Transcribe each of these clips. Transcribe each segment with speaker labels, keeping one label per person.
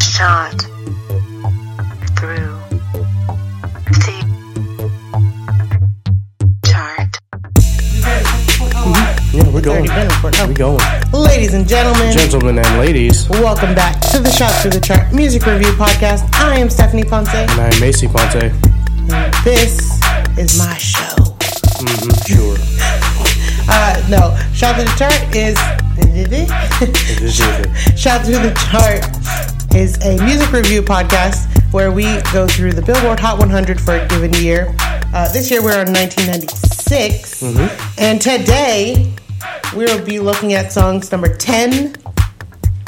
Speaker 1: shot through the chart.
Speaker 2: Yeah, we're going.
Speaker 3: 30 minutes worth.
Speaker 2: We're going.
Speaker 3: Ladies and gentlemen,
Speaker 2: Gentlemen and ladies,
Speaker 3: welcome back to the Shot Through the Chart Music Review Podcast. I am Stephanie Ponce.
Speaker 2: and I'm Macy Ponte.
Speaker 3: and This is my show.
Speaker 2: Sure.
Speaker 3: Uh, no, Shot Through the Chart is.
Speaker 2: This is it.
Speaker 3: Shot Through the Chart is a music review podcast where we go through the Billboard Hot 100 for a given year. Uh, this year we're on 1996. And today we will be looking at songs number 10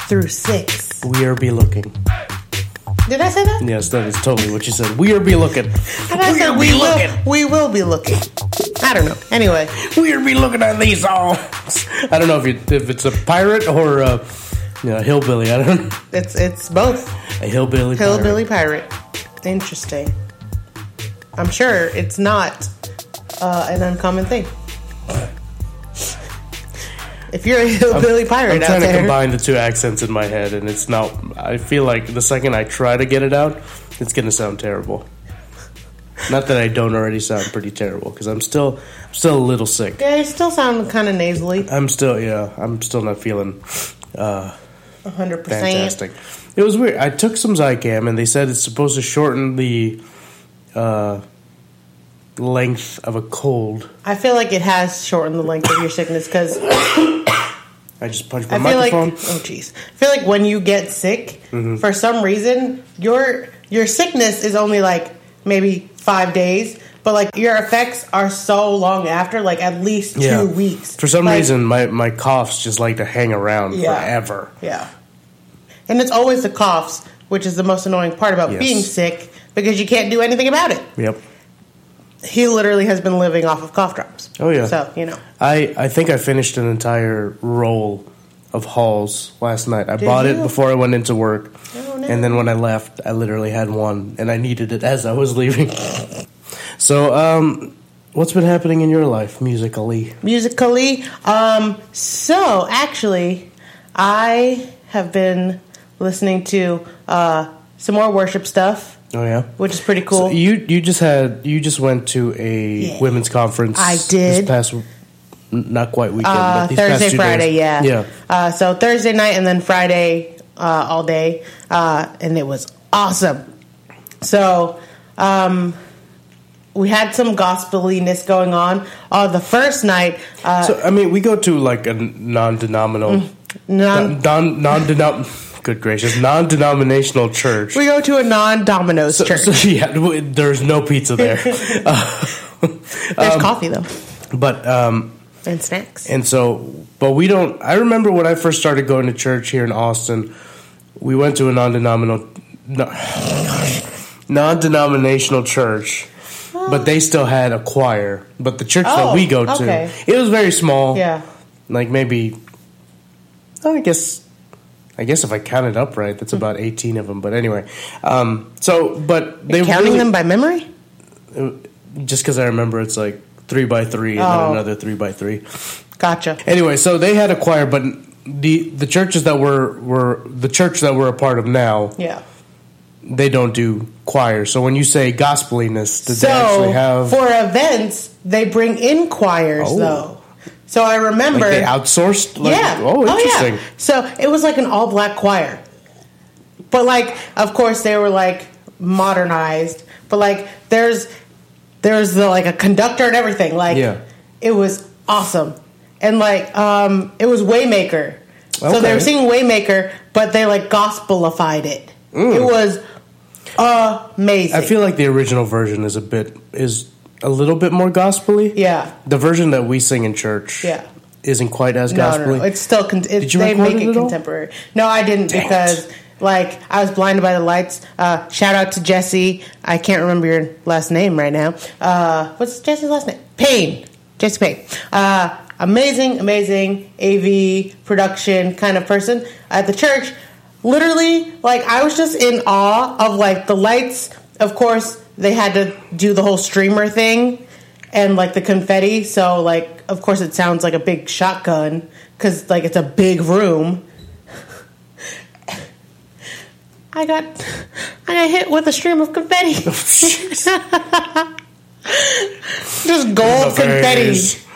Speaker 3: through 6.
Speaker 2: We are be looking.
Speaker 3: Did I say that?
Speaker 2: Yes, that is totally what you said. We are be looking.
Speaker 3: How did I
Speaker 2: We
Speaker 3: say
Speaker 2: are
Speaker 3: we
Speaker 2: be
Speaker 3: will-
Speaker 2: looking.
Speaker 3: we will be looking. I don't know. Anyway,
Speaker 2: We are be looking at these all. I don't know if you, if it's a pirate or a, you know, hillbilly. I don't know.
Speaker 3: it's it's both
Speaker 2: A hillbilly.
Speaker 3: Hillbilly Pirate. Interesting. I'm sure it's not uh, an uncommon thing. If you're a hillbilly pirate
Speaker 2: I'm
Speaker 3: out
Speaker 2: trying to
Speaker 3: there,
Speaker 2: combine the two accents in my head, and it's not. I feel like the second I try to get it out, it's going to sound terrible. Not that I don't already sound pretty terrible, because I'm still, I'm still a little sick.
Speaker 3: yeah, you still sound kind of nasally.
Speaker 2: I'm still, yeah, I'm still not feeling uh,
Speaker 3: 100. percent
Speaker 2: fantastic. It was weird. I took some Zycam, and they said it's supposed to shorten the uh, length of a cold.
Speaker 3: I feel like it has shortened the length of your sickness because
Speaker 2: I just punched my
Speaker 3: I feel
Speaker 2: microphone. Mm-hmm.
Speaker 3: like oh jeez, I feel like when you get sick for some reason your your sickness is only like maybe five days, but like your effects are so long after, like at least
Speaker 2: Yeah.
Speaker 3: two weeks.
Speaker 2: For some
Speaker 3: Like,
Speaker 2: reason, my, my coughs just like to hang around
Speaker 3: Yeah.
Speaker 2: forever.
Speaker 3: yeah. And it's always the coughs, which is the most annoying part about
Speaker 2: Yes.
Speaker 3: being sick because you can't do anything about it.
Speaker 2: Yep.
Speaker 3: He literally has been living off of cough drops.
Speaker 2: Oh, yeah.
Speaker 3: so you know.
Speaker 2: I, I think I finished an entire roll of Halls last night. I bought it
Speaker 3: you?
Speaker 2: before I went into work.
Speaker 3: Oh, no.
Speaker 2: And then when I left, I literally had one and I needed it as I was leaving. so, um, what's been happening in your life musically?
Speaker 3: musically. Um, so actually, I have been listening to uh, some more worship stuff,
Speaker 2: Oh yeah.
Speaker 3: which is pretty
Speaker 2: So
Speaker 3: cool.
Speaker 2: you you just had you just went to a
Speaker 3: Yeah.
Speaker 2: women's conference
Speaker 3: I
Speaker 2: this
Speaker 3: did.
Speaker 2: past n- not quite weekend
Speaker 3: uh,
Speaker 2: but these past
Speaker 3: Thursday,
Speaker 2: two
Speaker 3: Friday,
Speaker 2: days.
Speaker 3: yeah,
Speaker 2: yeah
Speaker 3: Uh, so Thursday night and then Friday uh, all day, uh, and it was awesome. So. Um, we had some gospeliness going on. Uh, the first night, uh, Mm.
Speaker 2: so I mean we go to like a non-denominational
Speaker 3: non,
Speaker 2: non non denom good gracious non denominational church.
Speaker 3: we go to a non-Domino's church.
Speaker 2: So, yeah, w- there's no pizza there, Uh,
Speaker 3: There's coffee though
Speaker 2: but um,
Speaker 3: and snacks.
Speaker 2: and so but we don't. I remember when I first started going to church here in Austin, we went to a non denominational non denominational church. But they still had a choir. But the church that
Speaker 3: Oh,
Speaker 2: we go to,
Speaker 3: okay.
Speaker 2: it was very small.
Speaker 3: yeah.
Speaker 2: like maybe oh, I guess I guess if I count it up right, that's
Speaker 3: Mm-hmm.
Speaker 2: about eighteen of them. But anyway, um, so but they really,
Speaker 3: Counting them by memory?
Speaker 2: just because I remember it's like three by three and then
Speaker 3: Oh.
Speaker 2: another three by three.
Speaker 3: Gotcha.
Speaker 2: Anyway, so they had a choir, but the the churches that were were the church that we're a part of now
Speaker 3: Yeah.
Speaker 2: they don't do choir. So when you say gospeliness, did
Speaker 3: So
Speaker 2: they actually have
Speaker 3: for events, they bring in choirs
Speaker 2: Oh.
Speaker 3: though. So I remember.
Speaker 2: like they outsourced? Like,
Speaker 3: yeah.
Speaker 2: Oh, interesting.
Speaker 3: yeah. So it was like an all black choir, but like of course they were like modernized. But like there's there's the, like a conductor and everything. Like
Speaker 2: Yeah.
Speaker 3: it was awesome, and like um it was Waymaker. So they
Speaker 2: Okay.
Speaker 3: were singing Waymaker, but they like gospelified it. It was amazing.
Speaker 2: Mm. I feel like the original version is a bit is a little bit more gospely.
Speaker 3: yeah.
Speaker 2: The version that we sing in church
Speaker 3: Yeah.
Speaker 2: isn't quite as
Speaker 3: No,
Speaker 2: gospel.
Speaker 3: no, no. It's still con- it,
Speaker 2: you
Speaker 3: they
Speaker 2: record
Speaker 3: make
Speaker 2: it
Speaker 3: it,
Speaker 2: at all?
Speaker 3: contemporary. No, I didn't
Speaker 2: Dang it.
Speaker 3: because like I was blinded by the lights. Uh, shout out to Jesse. I can't remember your last name right now. Uh, what's Jesse's last name? Payne. Jesse Payne. Uh, amazing, amazing AV production kind of person at the church. Literally, like I was just in awe of like the lights. Of course, they had to do the whole streamer thing and like the confetti. So like, of course, it sounds like a big shotgun because like it's a big room. I got, I got hit with a stream of confetti. Just gold confetti.
Speaker 2: Buffets.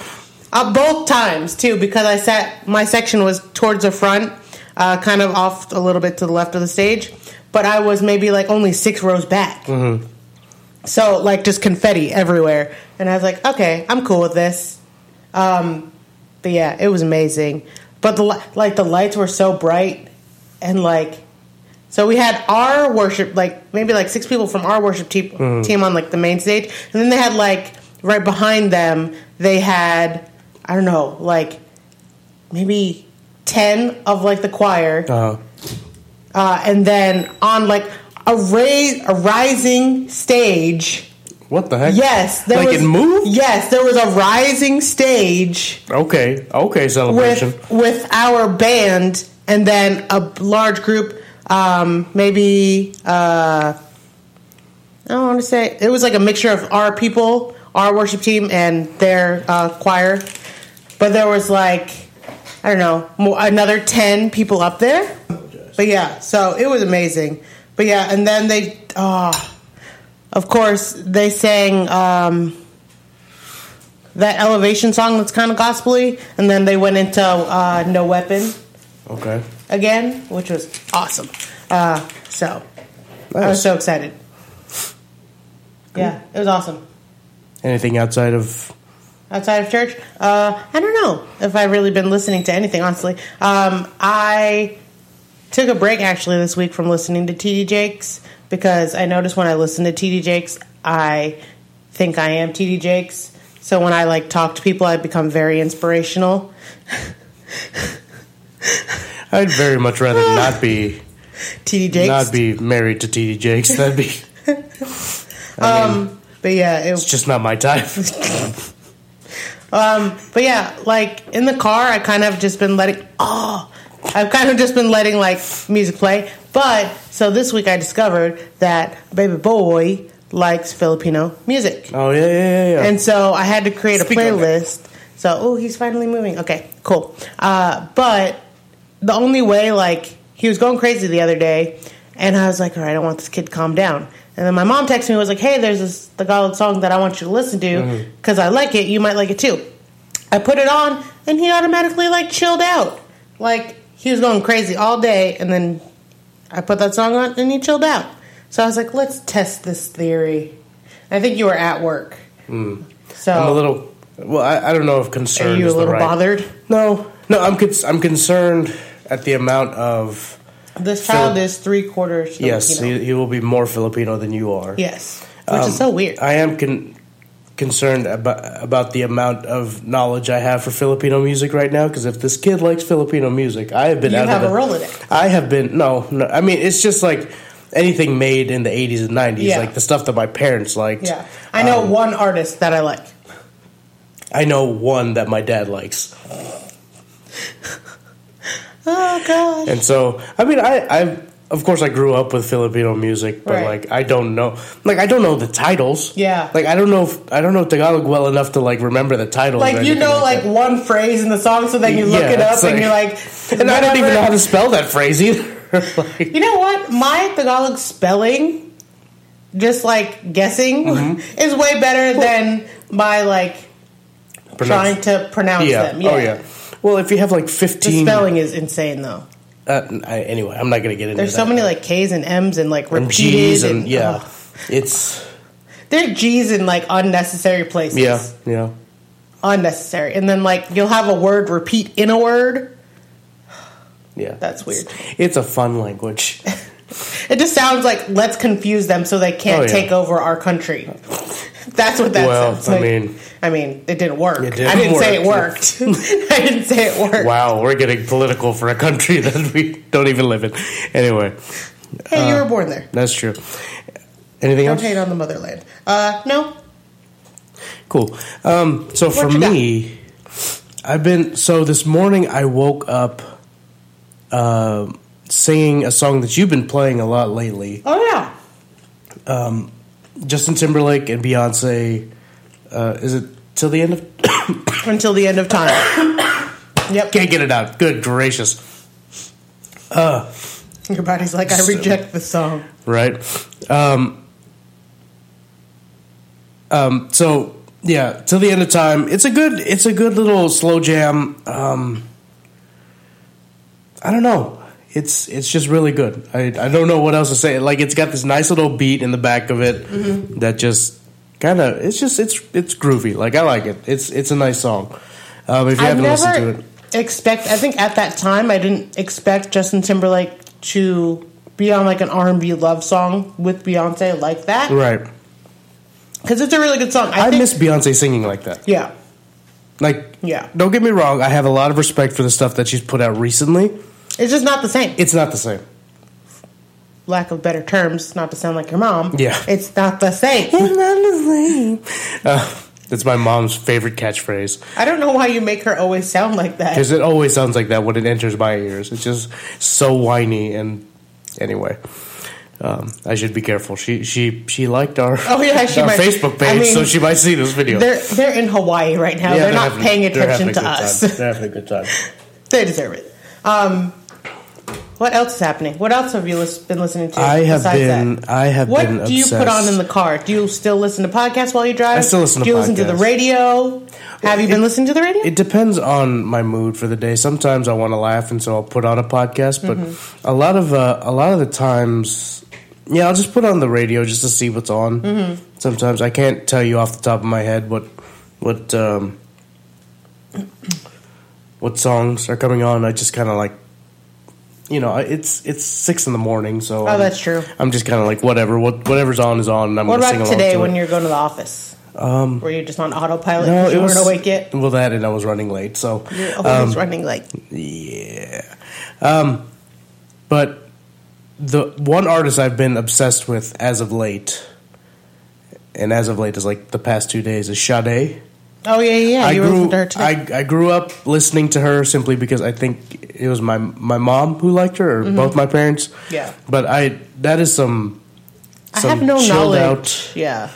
Speaker 3: Uh, both times too, because I sat. My section was towards the front, uh, kind of off a little bit to the left of the stage, but I was maybe like only six rows back. So like just confetti everywhere, and I was like, okay, I'm cool with this. Um, but yeah, it was amazing. But the li- like the lights were so bright, and like so we had our worship like maybe like six people from our worship te- team on like the main stage, and then they had like right behind them they had I don't know like maybe ten of like the choir
Speaker 2: Uh,
Speaker 3: uh, and then on like a raise a rising stage.
Speaker 2: what the heck?
Speaker 3: Yes, there
Speaker 2: like
Speaker 3: was
Speaker 2: it moved.
Speaker 3: Yes, there was a rising stage
Speaker 2: Okay, okay, celebration.
Speaker 3: with with our band, and then a large group. Um, maybe uh, I don't want to say it was like a mixture of our people, our worship team, and their uh, choir. But there was like I don't know more, another ten people up there. But yeah, so it was amazing. But yeah, and then they, oh, of course, they sang um, that elevation song that's kind of gospely, and then they went into uh, No Weapon
Speaker 2: okay,
Speaker 3: again, which was awesome. Uh, so I
Speaker 2: nice.
Speaker 3: was so excited. Yeah, it was awesome.
Speaker 2: Anything outside of
Speaker 3: outside of church. Uh, I don't know if I've really been listening to anything, honestly. Um, I took a break actually this week from listening to TD Jakes because I noticed when I listen to TD Jakes, I think I am TD Jakes. So when I like talk to people, I become very inspirational.
Speaker 2: I'd very much rather not be
Speaker 3: TD Jakes,
Speaker 2: not be married to TD Jakes. That'd be Um,
Speaker 3: but yeah, it,
Speaker 2: it's just not my type.
Speaker 3: But yeah, like in the car, I kind of just been letting. Oh, I've kind of just been letting like music play. But so this week I discovered that baby boy likes Filipino music,
Speaker 2: Oh yeah, yeah, yeah. yeah.
Speaker 3: and so I had to create
Speaker 2: Speak
Speaker 3: a
Speaker 2: on it.
Speaker 3: playlist. So oh, he's finally moving. Okay, cool. Uh, but the only way, like he was going crazy the other day, and I was like, all right, I want this kid to calm down. And then my mom texted me was like, hey, there's this Tagalog song that I want you to listen
Speaker 2: Mm-hmm.
Speaker 3: to because I like it. You might like it too. I put it on, and he automatically like chilled out. Like he was going crazy all day, and then I put that song on, and he chilled out. So I was like, let's test this theory. I think you were at work, so
Speaker 2: Hmm. I'm a little. Well, I, I don't know if concerned.
Speaker 3: are you
Speaker 2: is
Speaker 3: a
Speaker 2: the
Speaker 3: little
Speaker 2: right.
Speaker 3: bothered?
Speaker 2: No, no. I'm cons- I'm concerned at the amount of
Speaker 3: This
Speaker 2: So-
Speaker 3: child is three quarters.
Speaker 2: yes,
Speaker 3: Filipino.
Speaker 2: he, he will be more Filipino than you are.
Speaker 3: yes, which is so weird.
Speaker 2: I am con- concerned about about the amount of knowledge I have for Filipino music right now. Because if this kid likes Filipino music, I have been
Speaker 3: You
Speaker 2: out
Speaker 3: have
Speaker 2: of
Speaker 3: a
Speaker 2: the-
Speaker 3: Rolodex.
Speaker 2: I have been no, no. I mean, it's just like anything made in the '80s and '90s,
Speaker 3: Yeah.
Speaker 2: like the stuff that my parents liked.
Speaker 3: Yeah, I know
Speaker 2: Um,
Speaker 3: one artist that I like.
Speaker 2: I know one that my dad likes.
Speaker 3: Oh gosh,
Speaker 2: And so, I mean, I, I, of course, I grew up with Filipino music, but
Speaker 3: Right.
Speaker 2: like, I don't know, like, I don't know the titles.
Speaker 3: Yeah.
Speaker 2: like, I don't know, if, I don't know Tagalog well enough to like remember the titles. or
Speaker 3: like you
Speaker 2: anything
Speaker 3: know, like
Speaker 2: that.
Speaker 3: one phrase in the song, so then you look
Speaker 2: Yeah,
Speaker 3: it up
Speaker 2: it's
Speaker 3: and
Speaker 2: like-
Speaker 3: you're like,
Speaker 2: and I don't even
Speaker 3: whatever.
Speaker 2: know how to spell that phrase either. like,
Speaker 3: You know what? My Tagalog spelling, just like guessing,
Speaker 2: Mm-hmm.
Speaker 3: is way better than my like trying
Speaker 2: pronounce-
Speaker 3: to pronounce
Speaker 2: yeah.
Speaker 3: them.
Speaker 2: oh yeah. Well, if you have like
Speaker 3: The
Speaker 2: fifteen,
Speaker 3: spelling is insane though.
Speaker 2: uh, I, anyway, I'm not gonna get into.
Speaker 3: There's
Speaker 2: that.
Speaker 3: so many like uh-huh. K's and M's and like
Speaker 2: And
Speaker 3: repeated
Speaker 2: G's and, yeah,
Speaker 3: ugh.
Speaker 2: it's
Speaker 3: There are G's in like unnecessary places.
Speaker 2: yeah, yeah.
Speaker 3: Unnecessary. And then like you'll have a word repeat in a word.
Speaker 2: Yeah,
Speaker 3: That's weird.
Speaker 2: It's a fun language.
Speaker 3: It just sounds like let's confuse them so they can't
Speaker 2: Oh, yeah.
Speaker 3: take over our country. That's what that
Speaker 2: Well,
Speaker 3: sounds
Speaker 2: I
Speaker 3: like.
Speaker 2: mean-
Speaker 3: I mean, it didn't work.
Speaker 2: It didn't
Speaker 3: I didn't say it
Speaker 2: work.
Speaker 3: worked. I didn't say it worked.
Speaker 2: Wow, we're getting political for a country that we don't even live in. Anyway,
Speaker 3: Hey,
Speaker 2: Uh,
Speaker 3: you were born there.
Speaker 2: That's true. Anything
Speaker 3: Don't
Speaker 2: else?
Speaker 3: hate on the motherland. Uh, no.
Speaker 2: Cool. Um, so for
Speaker 3: you got?
Speaker 2: me, I've been so this morning I woke up uh, singing a song that you've been playing a lot lately.
Speaker 3: Oh yeah.
Speaker 2: Justin Timberlake and Beyonce. Uh, is it till the end of?
Speaker 3: Until the end of time. yep.
Speaker 2: Can't get it out. Good gracious. Uh,
Speaker 3: Your body's like, I reject the song.
Speaker 2: right? Um, um, so yeah, till the end of time, it's a good, it's a good little slow jam. Um, I don't know. It's it's just really good. I I don't know what else to say. Like it's got this nice little beat in the back of it
Speaker 3: Mm-hmm.
Speaker 2: that just kind of it's just it's it's groovy. Like I like it. It's it's a nice song. Um, if you
Speaker 3: I
Speaker 2: haven't listened
Speaker 3: never
Speaker 2: to it,
Speaker 3: expect. I think at that time, I didn't expect Justin Timberlake to be on like an R and B love song with Beyonce like that
Speaker 2: right?
Speaker 3: because it's a really good song. I,
Speaker 2: I
Speaker 3: think,
Speaker 2: miss Beyonce singing like that.
Speaker 3: Yeah,
Speaker 2: Like,
Speaker 3: Yeah.
Speaker 2: Don't get me wrong. I have a lot of respect for the stuff that she's put out recently.
Speaker 3: it's just not the same.
Speaker 2: It's not the same.
Speaker 3: Lack of better terms, not to sound like your mom.
Speaker 2: Yeah.
Speaker 3: it's not the same.
Speaker 2: It's not the same. Uh, it's my mom's favorite catchphrase
Speaker 3: I don't know why you make her always sound like that.
Speaker 2: because it always sounds like that when it enters my ears. It's just so whiny. And anyway, um, I should be careful. She she she liked our
Speaker 3: Oh, yeah, she
Speaker 2: our
Speaker 3: might-
Speaker 2: Facebook page,
Speaker 3: I mean,
Speaker 2: so she might see this video.
Speaker 3: They're they're in Hawaii right now.
Speaker 2: Yeah,
Speaker 3: they're, not
Speaker 2: having-
Speaker 3: paying
Speaker 2: they're having
Speaker 3: attention
Speaker 2: a
Speaker 3: to
Speaker 2: good time.
Speaker 3: us.
Speaker 2: They're having a good time.
Speaker 3: They deserve it. Um, what else is happening? What else have you lis- been listening to?
Speaker 2: I have
Speaker 3: besides
Speaker 2: been.
Speaker 3: that?
Speaker 2: I have
Speaker 3: What
Speaker 2: been.
Speaker 3: do you put on in the car? Do you still listen to podcasts while you drive?
Speaker 2: I still listen to
Speaker 3: Do you listen to the
Speaker 2: podcasts.
Speaker 3: radio? Have you been listening to the radio?
Speaker 2: It depends on my mood for the day. Sometimes I want to laugh, and so I'll put on a podcast. But
Speaker 3: Mm-hmm.
Speaker 2: a lot of uh, a lot of the times, yeah, I'll just put on the radio just to see what's on.
Speaker 3: Mm-hmm.
Speaker 2: Sometimes I can't tell you off the top of my head what what um, what songs are coming on. I just kind of like, you know, I- it's it's six in the morning, so
Speaker 3: Oh, that's true.
Speaker 2: I'm just kind of like whatever, what whatever's on is on. And I'm
Speaker 3: what
Speaker 2: gonna sing
Speaker 3: about
Speaker 2: along
Speaker 3: today
Speaker 2: to
Speaker 3: when
Speaker 2: it.
Speaker 3: you're going to the office? Um, Were you just on autopilot?
Speaker 2: No,
Speaker 3: No, you
Speaker 2: it was um,
Speaker 3: weren't awake yet.
Speaker 2: Well, that and I was running late, so
Speaker 3: You're always running like
Speaker 2: Yeah. Um, but the one artist I've been obsessed with as of late, and as of late is like the past two days, is Sade.
Speaker 3: oh yeah yeah. yeah.
Speaker 2: I
Speaker 3: you were
Speaker 2: grew,
Speaker 3: listening to her today.
Speaker 2: I, I grew up listening to her simply because I think it was my my mom who liked her, or both my parents.
Speaker 3: Mm-hmm. Yeah.
Speaker 2: But I that is some.
Speaker 3: I
Speaker 2: some
Speaker 3: have no
Speaker 2: chilled
Speaker 3: knowledge.
Speaker 2: out-
Speaker 3: Yeah,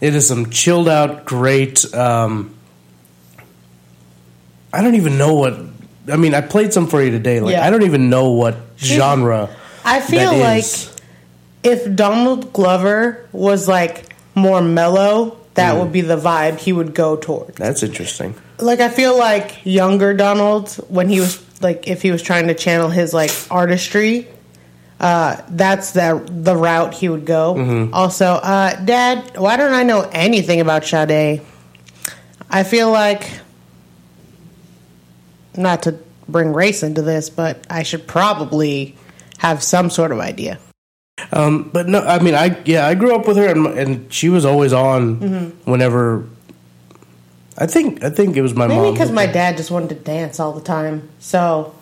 Speaker 2: it is some chilled out, great. Um, I don't even know what. I mean, I played some for you today. Like,
Speaker 3: Yeah.
Speaker 2: I don't even know what genre.
Speaker 3: I feel
Speaker 2: that
Speaker 3: like
Speaker 2: is.
Speaker 3: if Donald Glover was like more mellow, that would be the vibe he would go toward.
Speaker 2: that's interesting.
Speaker 3: like I feel like younger Donald when he was like if he was trying to channel his like artistry, uh, that's the the route he would go. Also, uh, Dad, why don't I know anything about Sade? I feel like not to bring race into this, but I should probably have some sort of idea.
Speaker 2: Um, but no, I mean, I yeah, I grew up with her, and, and she was always on whenever. I think I think it was my
Speaker 3: Maybe
Speaker 2: mom.
Speaker 3: because my dad just wanted to dance all the time, so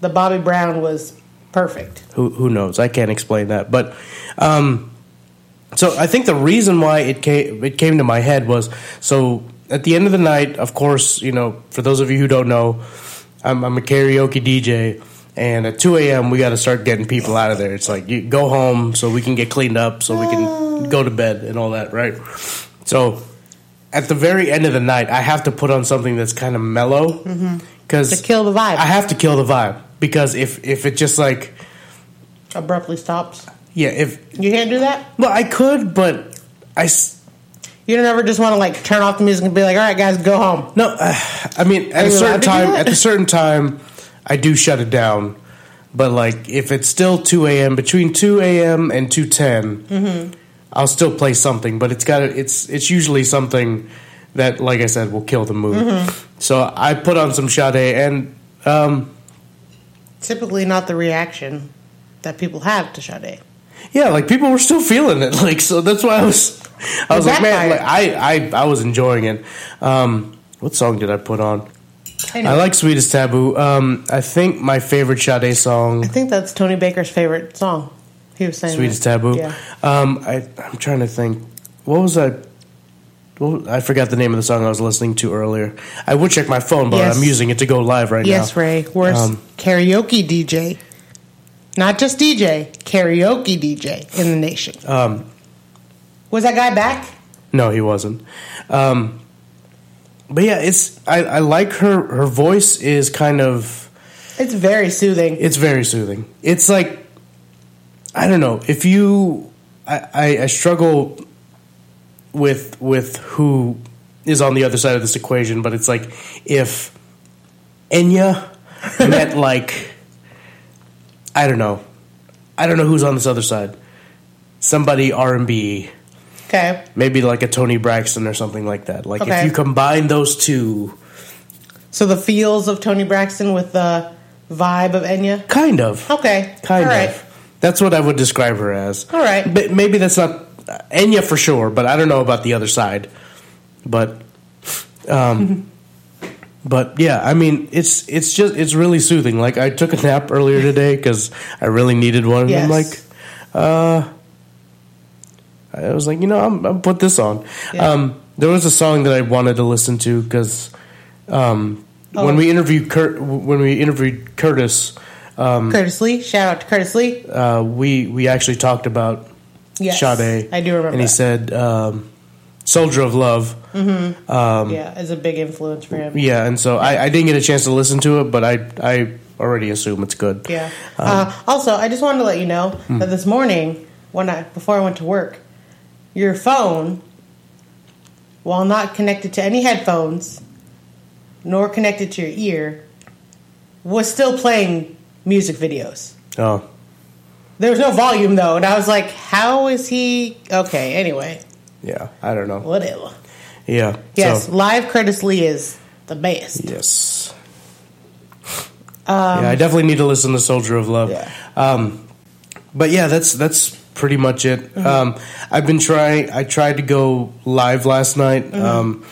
Speaker 3: the Bobby Brown was perfect.
Speaker 2: who who knows? I can't explain that. But um, so I think the reason why it came it came to my head was so at the end of the night, of course, you know, for those of you who don't know, I'm, I'm a karaoke DJ. And at 2 a.m., we got to start getting people out of there. It's like, you go home so we can get cleaned up, so we can go to bed and all that, right? So at the very end of the night, I have to put on something that's kind of mellow. Because
Speaker 3: Mm-hmm. To kill the vibe.
Speaker 2: I have to kill the vibe. Because if, if it just like,
Speaker 3: abruptly stops.
Speaker 2: yeah, if
Speaker 3: You can't do that.
Speaker 2: well, I could, but I s-
Speaker 3: You don't ever just want to like turn off the music and be like, "All right, guys, go home."
Speaker 2: no. Uh, I mean, at
Speaker 3: Are
Speaker 2: a
Speaker 3: you allowed
Speaker 2: certain
Speaker 3: to do
Speaker 2: time,
Speaker 3: that?
Speaker 2: at a certain time, I do shut it down. But like, if it's still two a.m. between two a.m. and two I'll still play something. But it's got to it's it's usually something that, like I said, will kill the mood. So I put on some Sade, and um,
Speaker 3: Typically, not the reaction that people have to Sade.
Speaker 2: yeah, like people were still feeling it. Like so, that's why I was, I was like, man, like,
Speaker 3: backfired.
Speaker 2: I, I I was enjoying it. Um, what song did I put on?
Speaker 3: Anyway,
Speaker 2: I
Speaker 3: I,
Speaker 2: like Sweetest Taboo. Um, I think my favorite Sade song,
Speaker 3: think that's Tony Baker's favorite song. He was saying
Speaker 2: Sweetest
Speaker 3: that.
Speaker 2: Taboo.
Speaker 3: Yeah,
Speaker 2: Um, I, I'm trying to think. What was I? Well, I forgot the name of the song I was listening to earlier. I would check my phone, but
Speaker 3: Yes.
Speaker 2: I'm using it to go live right
Speaker 3: yes,
Speaker 2: now.
Speaker 3: Ray, worst
Speaker 2: Um,
Speaker 3: karaoke DJ, not just DJ, karaoke DJ in the nation.
Speaker 2: Um,
Speaker 3: Was that guy back?
Speaker 2: no, he wasn't. Um, but yeah, it's I, I like her. Her voice is kind of
Speaker 3: It's very soothing.
Speaker 2: it's very soothing. It's like I don't know if you. I, I, I struggle with with who is on the other side of this equation, but it's like if Enya meant like I don't know, I don't know who's on this other side. Somebody R and B,
Speaker 3: Okay.
Speaker 2: maybe like a Tony Braxton or something like that. Like
Speaker 3: Okay.
Speaker 2: if you combine those two,
Speaker 3: So the feels of Tony Braxton with the vibe of Enya.
Speaker 2: kind of,
Speaker 3: Okay.
Speaker 2: kind
Speaker 3: All right.
Speaker 2: of. That's what I would describe her as.
Speaker 3: All right.
Speaker 2: But maybe that's not Enya for sure, but I don't know about the other side. But um but yeah, I mean, it's it's just it's really soothing. Like I took a nap earlier today cuz I really needed one and I'm
Speaker 3: Yes.
Speaker 2: like uh I was like, you know, I'm I'll put this on.
Speaker 3: Yeah.
Speaker 2: Um there was a song that I wanted to listen to cuz um
Speaker 3: Oh.
Speaker 2: when we interviewed Kurt when we interviewed Curtis, Um,
Speaker 3: Curtis Lee. Shout out to Curtis Lee.
Speaker 2: uh we we actually talked about
Speaker 3: Yes.
Speaker 2: Sade.
Speaker 3: I do remember.
Speaker 2: And he
Speaker 3: that.
Speaker 2: said, um, "Soldier of Love."
Speaker 3: yeah, is a big influence for him.
Speaker 2: Yeah, and so I, I didn't get a chance to listen to it, but I I already assume it's good.
Speaker 3: Yeah.
Speaker 2: Um,
Speaker 3: uh, also, I just wanted to let you know
Speaker 2: Hmm.
Speaker 3: that this morning, when I before I went to work, your phone, while not connected to any headphones, nor connected to your ear, was still playing music videos.
Speaker 2: Oh,
Speaker 3: There was no volume though, and I was like, "How is he?" Okay. Anyway,
Speaker 2: yeah. I don't know.
Speaker 3: whatever.
Speaker 2: Yeah.
Speaker 3: Yes,
Speaker 2: So,
Speaker 3: live Curtis Lee is the best.
Speaker 2: yes. yeah, I definitely need to listen to "Soldier of Love."
Speaker 3: Um, Yeah.
Speaker 2: Um, but yeah, that's that's pretty much it.
Speaker 3: Mm-hmm.
Speaker 2: Um, I've been trying. I tried to go live last night
Speaker 3: Mm-hmm.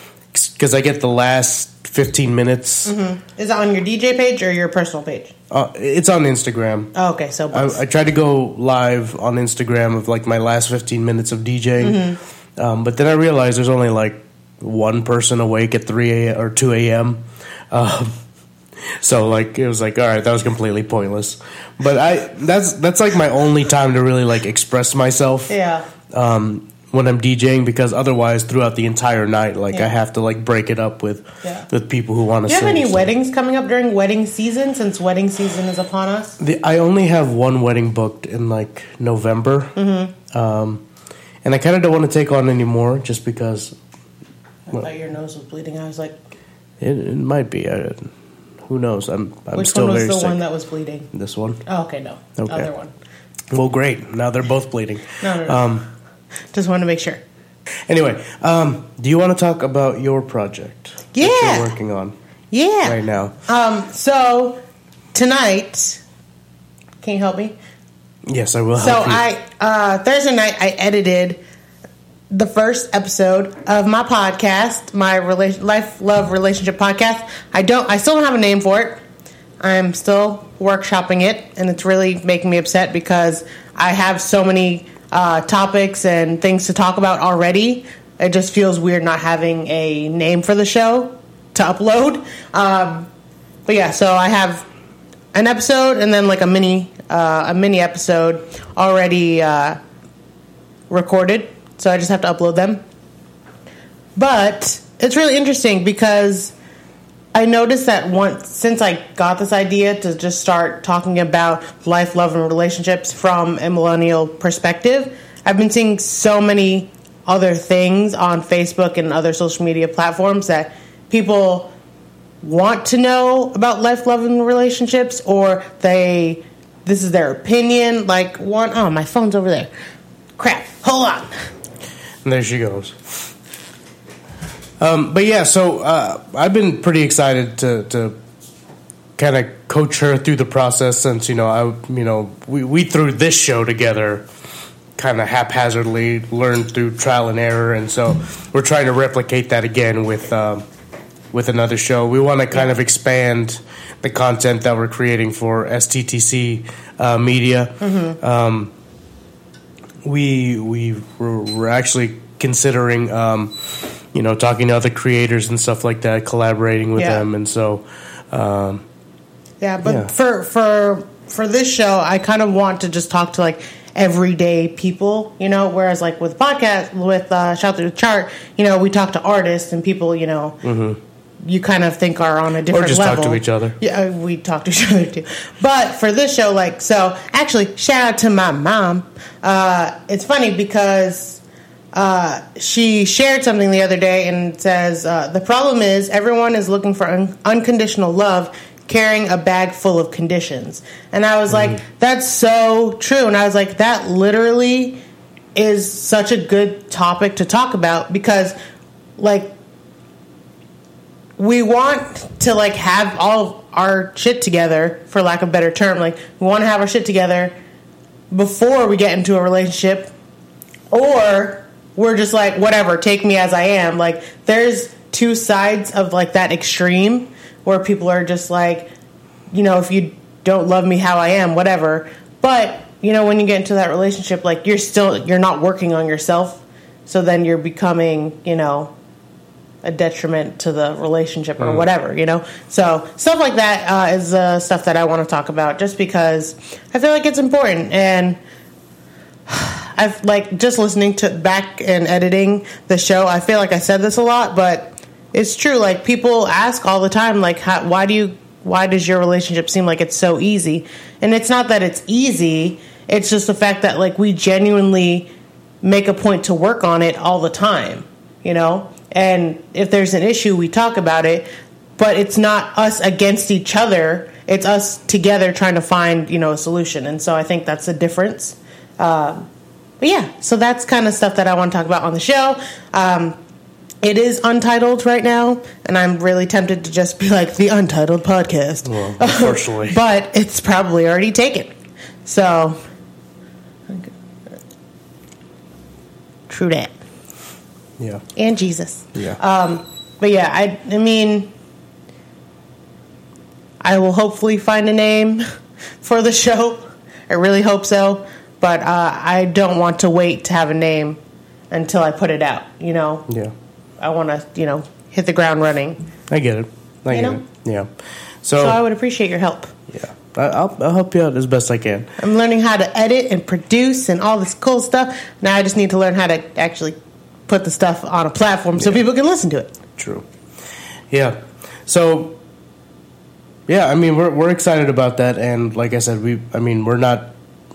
Speaker 2: because I get the last fifteen minutes.
Speaker 3: Is it on your DJ page or your personal page?
Speaker 2: Uh, it's on Instagram.
Speaker 3: Oh, okay, so both.
Speaker 2: I, I tried to go live on Instagram of like my last 15 minutes of DJing,
Speaker 3: Mm-hmm.
Speaker 2: um, but then I realized there's only like one person awake at 3 a.m. or 2 a.m. Um, so like it was like all right that was completely pointless, but I that's that's like my only time to really like express myself
Speaker 3: yeah.
Speaker 2: um, when I'm DJing because otherwise throughout the entire night like
Speaker 3: Yeah.
Speaker 2: I have to like break it up with
Speaker 3: Yeah.
Speaker 2: with people who want to.
Speaker 3: Do you have any weddings coming up during wedding season since wedding season is upon us?
Speaker 2: The, I only have one wedding booked in like November, mm-hmm. um, and I kind of don't want to take on any more just because
Speaker 3: I thought your nose was bleeding. I was like,
Speaker 2: it, it might be. I, who knows? I'm I'm
Speaker 3: which
Speaker 2: still
Speaker 3: one was
Speaker 2: very
Speaker 3: the
Speaker 2: sick.
Speaker 3: one that was bleeding?
Speaker 2: this one.
Speaker 3: Oh, okay, no.
Speaker 2: Okay.
Speaker 3: Other one.
Speaker 2: Well, great. Now they're both bleeding.
Speaker 3: No, no, no.
Speaker 2: Um,
Speaker 3: Just wanted to make sure.
Speaker 2: anyway, um, do you want to talk about your project? that
Speaker 3: Yeah.
Speaker 2: you're working on
Speaker 3: Yeah.
Speaker 2: right now.
Speaker 3: Um, so, tonight, can you help me?
Speaker 2: Yes, I will.
Speaker 3: So
Speaker 2: help you.
Speaker 3: I uh, Thursday night I edited the first episode of my podcast, my rela- life love relationship podcast. I don't I still don't have a name for it. I'm still workshopping it, and it's really making me upset because I have so many uh, topics and things to talk about already. It just feels weird not having a name for the show to upload. Um, but yeah, so I have an episode and then like a mini uh, a mini episode already uh, recorded so i just have to upload them but it's really interesting because i noticed that once since i got this idea to just start talking about life love and relationships from a millennial perspective i've been seeing so many other things on facebook and other social media platforms that people want to know about life, love, and relationships, or they this is their opinion. Like one, oh, my phone's over there. Crap, hold on.
Speaker 2: And there she goes. Um, but yeah, so uh, I've been pretty excited to, to kind of coach her through the process since you know I you know we, we threw this show together kind of haphazardly, learned through trial and error, and so we're trying to replicate that again with um, with another show. We want to kind of expand the content that we're creating for STTC uh, Media Um, we we were, were actually considering um, you know talking to other creators and stuff like that collaborating with
Speaker 3: Yeah.
Speaker 2: them and so um,
Speaker 3: Yeah, but
Speaker 2: Yeah.
Speaker 3: for for for this show, I kind of want to just talk to like everyday people, you know. Whereas like with podcast with uh, Shout Through the Chart, you know, we talk to artists and people, you know, you kind of think are on a different
Speaker 2: just talk
Speaker 3: level.
Speaker 2: to each other.
Speaker 3: Yeah, uh, we talk to each other too. But for this show, like, so actually, shout out to my mom. Uh, it's funny because uh, she shared something the other day and says uh, the problem is everyone is looking for un- unconditional love carrying a bag full of conditions and i was like
Speaker 2: Mm-hmm.
Speaker 3: that's so true and i was like that literally is such a good topic to talk about because like we want to like have all of our shit together for lack of a better term like we want to have our shit together before we get into a relationship or we're just like whatever take me as i am like there's two sides of like that extreme where people are just like you know if you don't love me how i am whatever but you know when you get into that relationship like you're still you're not working on yourself so then you're becoming you know a detriment to the relationship or whatever, you know? So, stuff like that uh, is uh, stuff that I want to talk about just because I feel like it's important. And I've, like, just listening to back and editing the show, I feel like I said this a lot, but it's true. Like, people ask all the time, like, how, why do you, why does your relationship seem like it's so easy? And it's not that it's easy, it's just the fact that, like, we genuinely make a point to work on it all the time, you know? And if there's an issue, we talk about it, but it's not us against each other. It's us together trying to find, you know, a solution. And so I think that's the difference. Um but yeah, so that's kind of stuff that I want to talk about on the show. Um, it is untitled right now, and I'm really tempted to just be like the untitled podcast.
Speaker 2: Well, unfortunately.
Speaker 3: Um, but it's probably already taken. So, true that.
Speaker 2: yeah.
Speaker 3: And Jesus.
Speaker 2: Yeah.
Speaker 3: Um, but yeah, I, I mean, I will hopefully find a name for the show. I really hope so. But uh, I don't want to wait to have a name until I put it out. You know,
Speaker 2: yeah.
Speaker 3: I want to, you know, hit the ground running.
Speaker 2: I get it. I
Speaker 3: You
Speaker 2: get
Speaker 3: know?
Speaker 2: it. Yeah.
Speaker 3: So I
Speaker 2: So,
Speaker 3: would appreciate your help.
Speaker 2: yeah. I, I'll, I'll help you out as best I can.
Speaker 3: I'm learning how to edit and produce and all this cool stuff. Now I just need to learn how to actually put the stuff on a platform so people can listen to it.
Speaker 2: True. Yeah. So yeah, I mean we're we're excited about that and like I said, we I mean we're not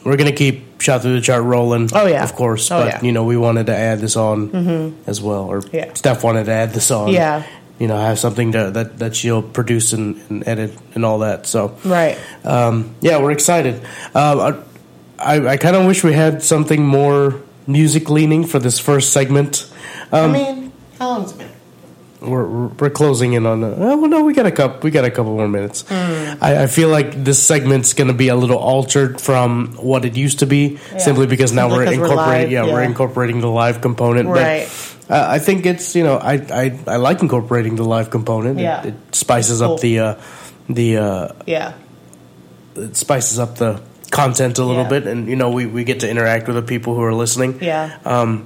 Speaker 2: we're gonna keep shot through the chart rolling.
Speaker 3: Oh, yeah.
Speaker 2: Of course.
Speaker 3: Oh,
Speaker 2: but
Speaker 3: yeah. Mm-hmm.
Speaker 2: you know, we wanted to add this on as well. Or
Speaker 3: Yeah.
Speaker 2: Steph wanted to add this on.
Speaker 3: Yeah.
Speaker 2: You know, have something to, that that she'll produce and, and edit and all that. So
Speaker 3: Right.
Speaker 2: um, yeah, we're excited. Um, I, I, I kind of wish we had something more music leaning for this first segment. Um,
Speaker 3: I mean, how long has it been?
Speaker 2: we're we're closing in on. Uh, well, no, we got a cup. We got a couple more minutes.
Speaker 3: Hmm.
Speaker 2: I, I feel like this segment's going to be a little altered from what it used to be, simply because now we're
Speaker 3: Because we're live,
Speaker 2: incorporating. yeah, we're
Speaker 3: yeah.
Speaker 2: incorporating the live component.
Speaker 3: Right.
Speaker 2: But uh, I think it's you know I, I I like incorporating the live component. It-
Speaker 3: Yeah.
Speaker 2: It, spices
Speaker 3: Cool.
Speaker 2: up the uh, the uh,
Speaker 3: Yeah.
Speaker 2: it spices up the content a little
Speaker 3: Yeah.
Speaker 2: bit, and you know we we get to interact with the people who are listening.
Speaker 3: Yeah.
Speaker 2: Um.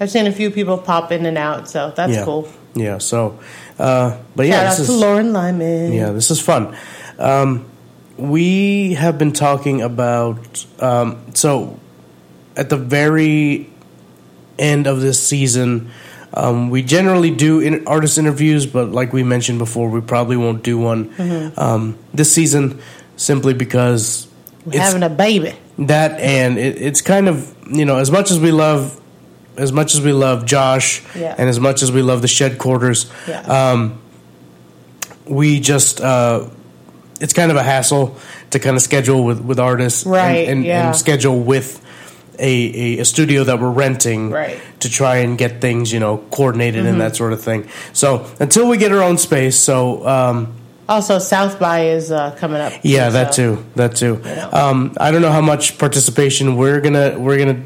Speaker 3: I've seen a few people pop in and out, so that's
Speaker 2: yeah.
Speaker 3: cool.
Speaker 2: Yeah. So. Uh. But yeah.
Speaker 3: Shout
Speaker 2: this
Speaker 3: out
Speaker 2: is,
Speaker 3: to Lauren Lyman.
Speaker 2: Yeah, this is fun. Um, we have been talking about um, so at the very end of this season. Um, we generally do in- artist interviews, but like we mentioned before, we probably won't do one
Speaker 3: Mm-hmm.
Speaker 2: um, this season simply because it's
Speaker 3: having a baby.
Speaker 2: that and it, it's kind of you know as much as we love as much as we love Josh
Speaker 3: Yeah.
Speaker 2: and as much as we love the shed quarters uh,
Speaker 3: Yeah.
Speaker 2: we just uh, it's kind of a hassle to kind of schedule with with artists and-
Speaker 3: Right,
Speaker 2: and, and,
Speaker 3: yeah.
Speaker 2: schedule with a, a, a studio that we're renting
Speaker 3: Right. Mm-hmm.
Speaker 2: to try and get things you know coordinated and that sort of thing so until we get our own space so um,
Speaker 3: also, South by is uh, coming up.
Speaker 2: yeah that
Speaker 3: so-
Speaker 2: too that too
Speaker 3: You know.
Speaker 2: um, i don't know how much participation we're gonna we're gonna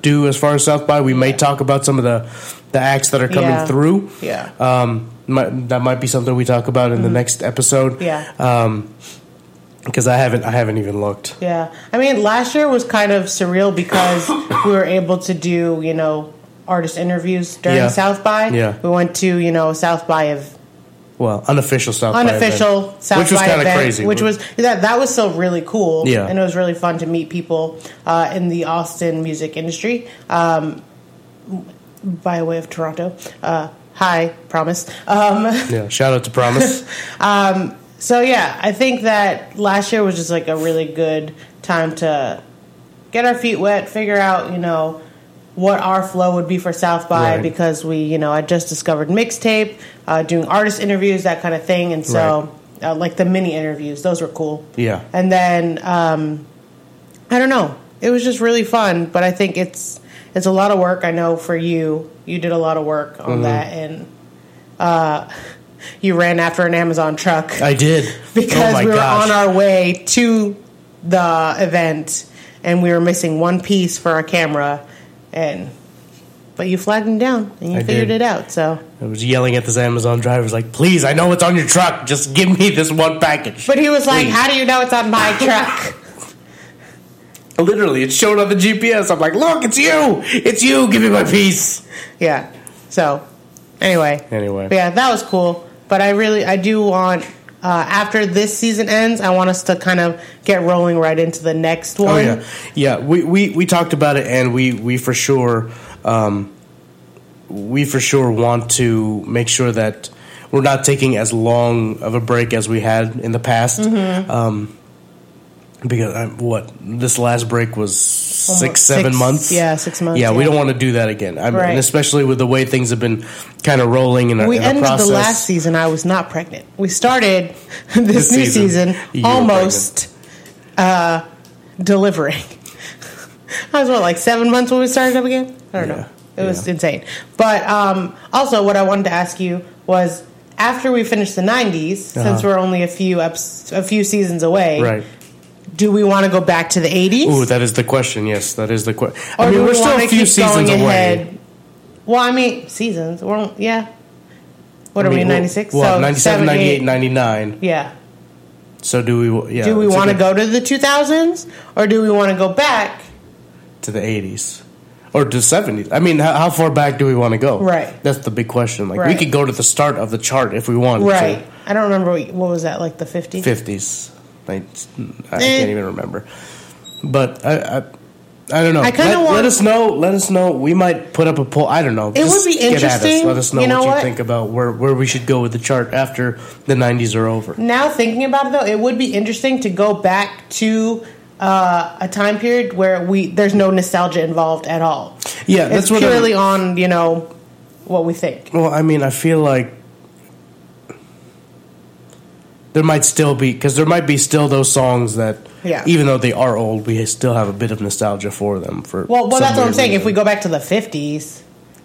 Speaker 2: do as far as south by we may talk about some of the the acts that are coming
Speaker 3: Yeah.
Speaker 2: through
Speaker 3: Yeah.
Speaker 2: um, might, that might be something we talk about in the next episode
Speaker 3: Mm-hmm. yeah.
Speaker 2: because I haven't I haven't even looked.
Speaker 3: Yeah. I mean, last year was kind of surreal because we were able to do, you know, artist interviews during
Speaker 2: Yeah.
Speaker 3: South by.
Speaker 2: Yeah.
Speaker 3: We went to, you know, South by of
Speaker 2: Well, unofficial South by
Speaker 3: unofficial
Speaker 2: event,
Speaker 3: South
Speaker 2: which was
Speaker 3: by
Speaker 2: kinda
Speaker 3: event,
Speaker 2: crazy,
Speaker 3: which was that that was still really cool.
Speaker 2: Yeah.
Speaker 3: and it was really fun to meet people uh, in the Austin music industry um, by way of Toronto. Uh, Hi, promise. Um,
Speaker 2: Yeah, shout out to Promise.
Speaker 3: So yeah, I think that last year was just like a really good time to get our feet wet, figure out, you know, what our flow would be for South by
Speaker 2: Right.
Speaker 3: because we, you know, I just discovered mixtape, uh, doing artist interviews, that kind of thing, and so uh, like the mini interviews, those were cool.
Speaker 2: Yeah.
Speaker 3: and then um, I don't know, it was just really fun, but I think it's it's a lot of work. I know for you, you did a lot of work on that, and uh, you ran after an Amazon truck
Speaker 2: I did
Speaker 3: because
Speaker 2: Oh my
Speaker 3: we were
Speaker 2: gosh.
Speaker 3: on our way to the event and we were missing one piece for our camera and but you flagged him down and you
Speaker 2: I
Speaker 3: figured
Speaker 2: did.
Speaker 3: it out so
Speaker 2: I was yelling at this Amazon driver, I was like, "Please, I know it's on your truck. Just give me this one package."
Speaker 3: but he was like
Speaker 2: Please.
Speaker 3: how do you know it's on my truck
Speaker 2: Literally, it showed on the GPS. I'm like, "Look, it's you! It's you! Give me my piece!"
Speaker 3: yeah so anyway
Speaker 2: Anyway.
Speaker 3: But yeah that was cool but i really i do want uh, after this season ends i want us to kind of get rolling right into the next one.
Speaker 2: Oh yeah, yeah. We, we we talked about it, and we we for sure, um, we for sure want to make sure that we're not taking as long of a break as we had in the past. Um, because I, what this last break was six seven
Speaker 3: six-
Speaker 2: months.
Speaker 3: yeah, six months,
Speaker 2: Yeah, we
Speaker 3: yeah.
Speaker 2: don't want to do that again. I mean,
Speaker 3: Right.
Speaker 2: and especially with the way things have been kind of rolling in a,
Speaker 3: we
Speaker 2: in a
Speaker 3: ended
Speaker 2: process.
Speaker 3: the last season. I was not pregnant. We started this,
Speaker 2: This
Speaker 3: new
Speaker 2: season,
Speaker 3: season,
Speaker 2: you were
Speaker 3: almost uh, delivering. I was what like seven months when we started up again. I don't know. It
Speaker 2: Yeah,
Speaker 3: was
Speaker 2: yeah.
Speaker 3: insane. But um, also, what I wanted to ask you was after we finished the '90s, since we're only a few eps- a few seasons away,
Speaker 2: Uh-huh. right?
Speaker 3: do we want to go back to the '80s?
Speaker 2: Ooh, that is the question. Yes, that is the question. I
Speaker 3: Or
Speaker 2: mean,
Speaker 3: do we
Speaker 2: we're still
Speaker 3: wanna
Speaker 2: a few
Speaker 3: keep
Speaker 2: seasons
Speaker 3: going
Speaker 2: away.
Speaker 3: ahead? Well, I mean, seasons. We're on- yeah. What
Speaker 2: I
Speaker 3: are we
Speaker 2: mean,
Speaker 3: in ninety six?
Speaker 2: Well, 97, 98, 99.
Speaker 3: Yeah.
Speaker 2: So do we? Yeah.
Speaker 3: Do we
Speaker 2: it's a
Speaker 3: want to
Speaker 2: good-
Speaker 3: go to the two thousands or do we want to go back?
Speaker 2: to the eighties or to seventies? I mean, how, how far back do we want to go?
Speaker 3: Right.
Speaker 2: That's the big question. Like we
Speaker 3: Right.
Speaker 2: could go to the start of the chart if we wanted
Speaker 3: Right. I don't remember what, what was that like the fifty.
Speaker 2: to. Fifties. I, I
Speaker 3: Eh.
Speaker 2: can't even remember. But I. I I don't know.
Speaker 3: I kinda
Speaker 2: let,
Speaker 3: want-
Speaker 2: let us know. Let us know. We might put up a poll. I don't know. It
Speaker 3: would be interesting.
Speaker 2: Let us know,
Speaker 3: You know
Speaker 2: what,
Speaker 3: what?
Speaker 2: you think about where, where we should go with the chart after the '90s are over.
Speaker 3: Now thinking about it though, it would be interesting to go back to uh, a time period where we there's no nostalgia involved at all.
Speaker 2: Yeah, that's
Speaker 3: it's
Speaker 2: what I'm-
Speaker 3: purely on you know what we think.
Speaker 2: Well, I mean, I feel like there might still be because there might be still those songs that,
Speaker 3: Yeah.
Speaker 2: even though they are old, we still have a bit of nostalgia for them. For
Speaker 3: Well, well,
Speaker 2: some
Speaker 3: that's what I'm
Speaker 2: weird
Speaker 3: saying. If we
Speaker 2: reason.
Speaker 3: go back to the fifties,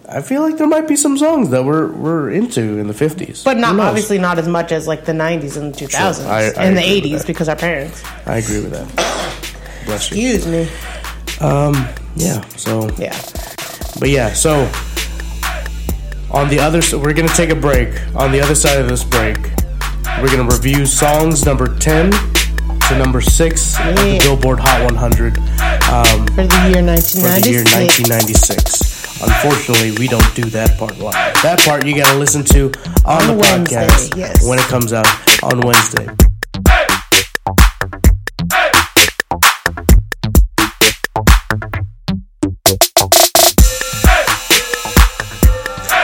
Speaker 2: I feel like there might be some songs that we're we're into in the fifties,
Speaker 3: but not obviously not as much as like the nineties and the two thousands
Speaker 2: I- I
Speaker 3: and the
Speaker 2: agree with
Speaker 3: eighties
Speaker 2: that.
Speaker 3: because our parents.
Speaker 2: I agree with that. Bless you.
Speaker 3: Excuse me.
Speaker 2: Yeah. So,
Speaker 3: Yeah.
Speaker 2: but yeah. So on the other, s we're gonna take a break. On the other side of this break, we're gonna review songs number ten to number six of the
Speaker 3: Yeah.
Speaker 2: Billboard Hot 100.
Speaker 3: For the year
Speaker 2: for the year
Speaker 3: 1996.
Speaker 2: 1996. Unfortunately, we don't do that part live. That part you got to listen to on, the
Speaker 3: Wednesday,
Speaker 2: podcast
Speaker 3: yes.
Speaker 2: when it comes out on Wednesday.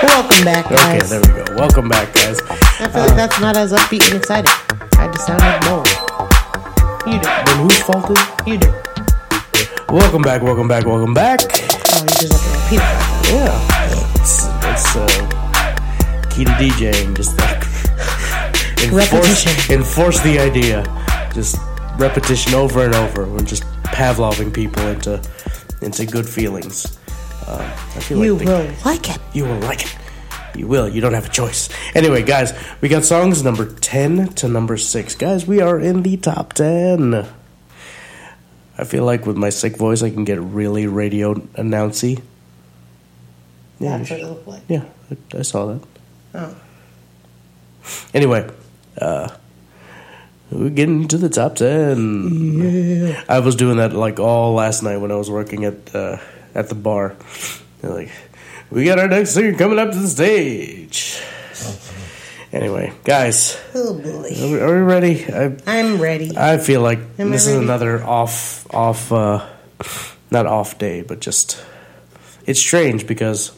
Speaker 3: Welcome back,
Speaker 2: Okay,
Speaker 3: guys.
Speaker 2: there Uh, we go. Welcome back, guys.
Speaker 3: I feel like that's not as upbeat and exciting. I just sounded bored. You do.
Speaker 2: And whose fault is?
Speaker 3: You do.
Speaker 2: Welcome back, welcome back, welcome back.
Speaker 3: Oh, you just have to repeat it.
Speaker 2: Yeah, it's, it's uh, key to DJing. Just like enforce,
Speaker 3: Repetition.
Speaker 2: enforce the idea. Just repetition over and over. We're just Pavloving people into into good feelings. Um, I feel
Speaker 3: You
Speaker 2: like the-
Speaker 3: will like it.
Speaker 2: You will like it. You will. You don't have a choice. Anyway, guys, we got songs number 10 to number 6. Guys, we are in the top 10. I feel like with my sick voice, I can get really radio announcy. Yeah, you
Speaker 3: That's what
Speaker 2: should-
Speaker 3: it looked like.
Speaker 2: yeah I, I saw that.
Speaker 3: Oh.
Speaker 2: Anyway, uh, we're getting to the top 10. Yeah. I was doing that like all last night when I was working at uh, at the bar. They're like, we got our next singer coming up to the stage. Anyway, guys,
Speaker 3: Oh, boy.
Speaker 2: are we, are we ready? I
Speaker 3: I'm ready.
Speaker 2: I feel like
Speaker 3: Am I
Speaker 2: this is
Speaker 3: ready?
Speaker 2: another off off uh, not off day, but just it's strange because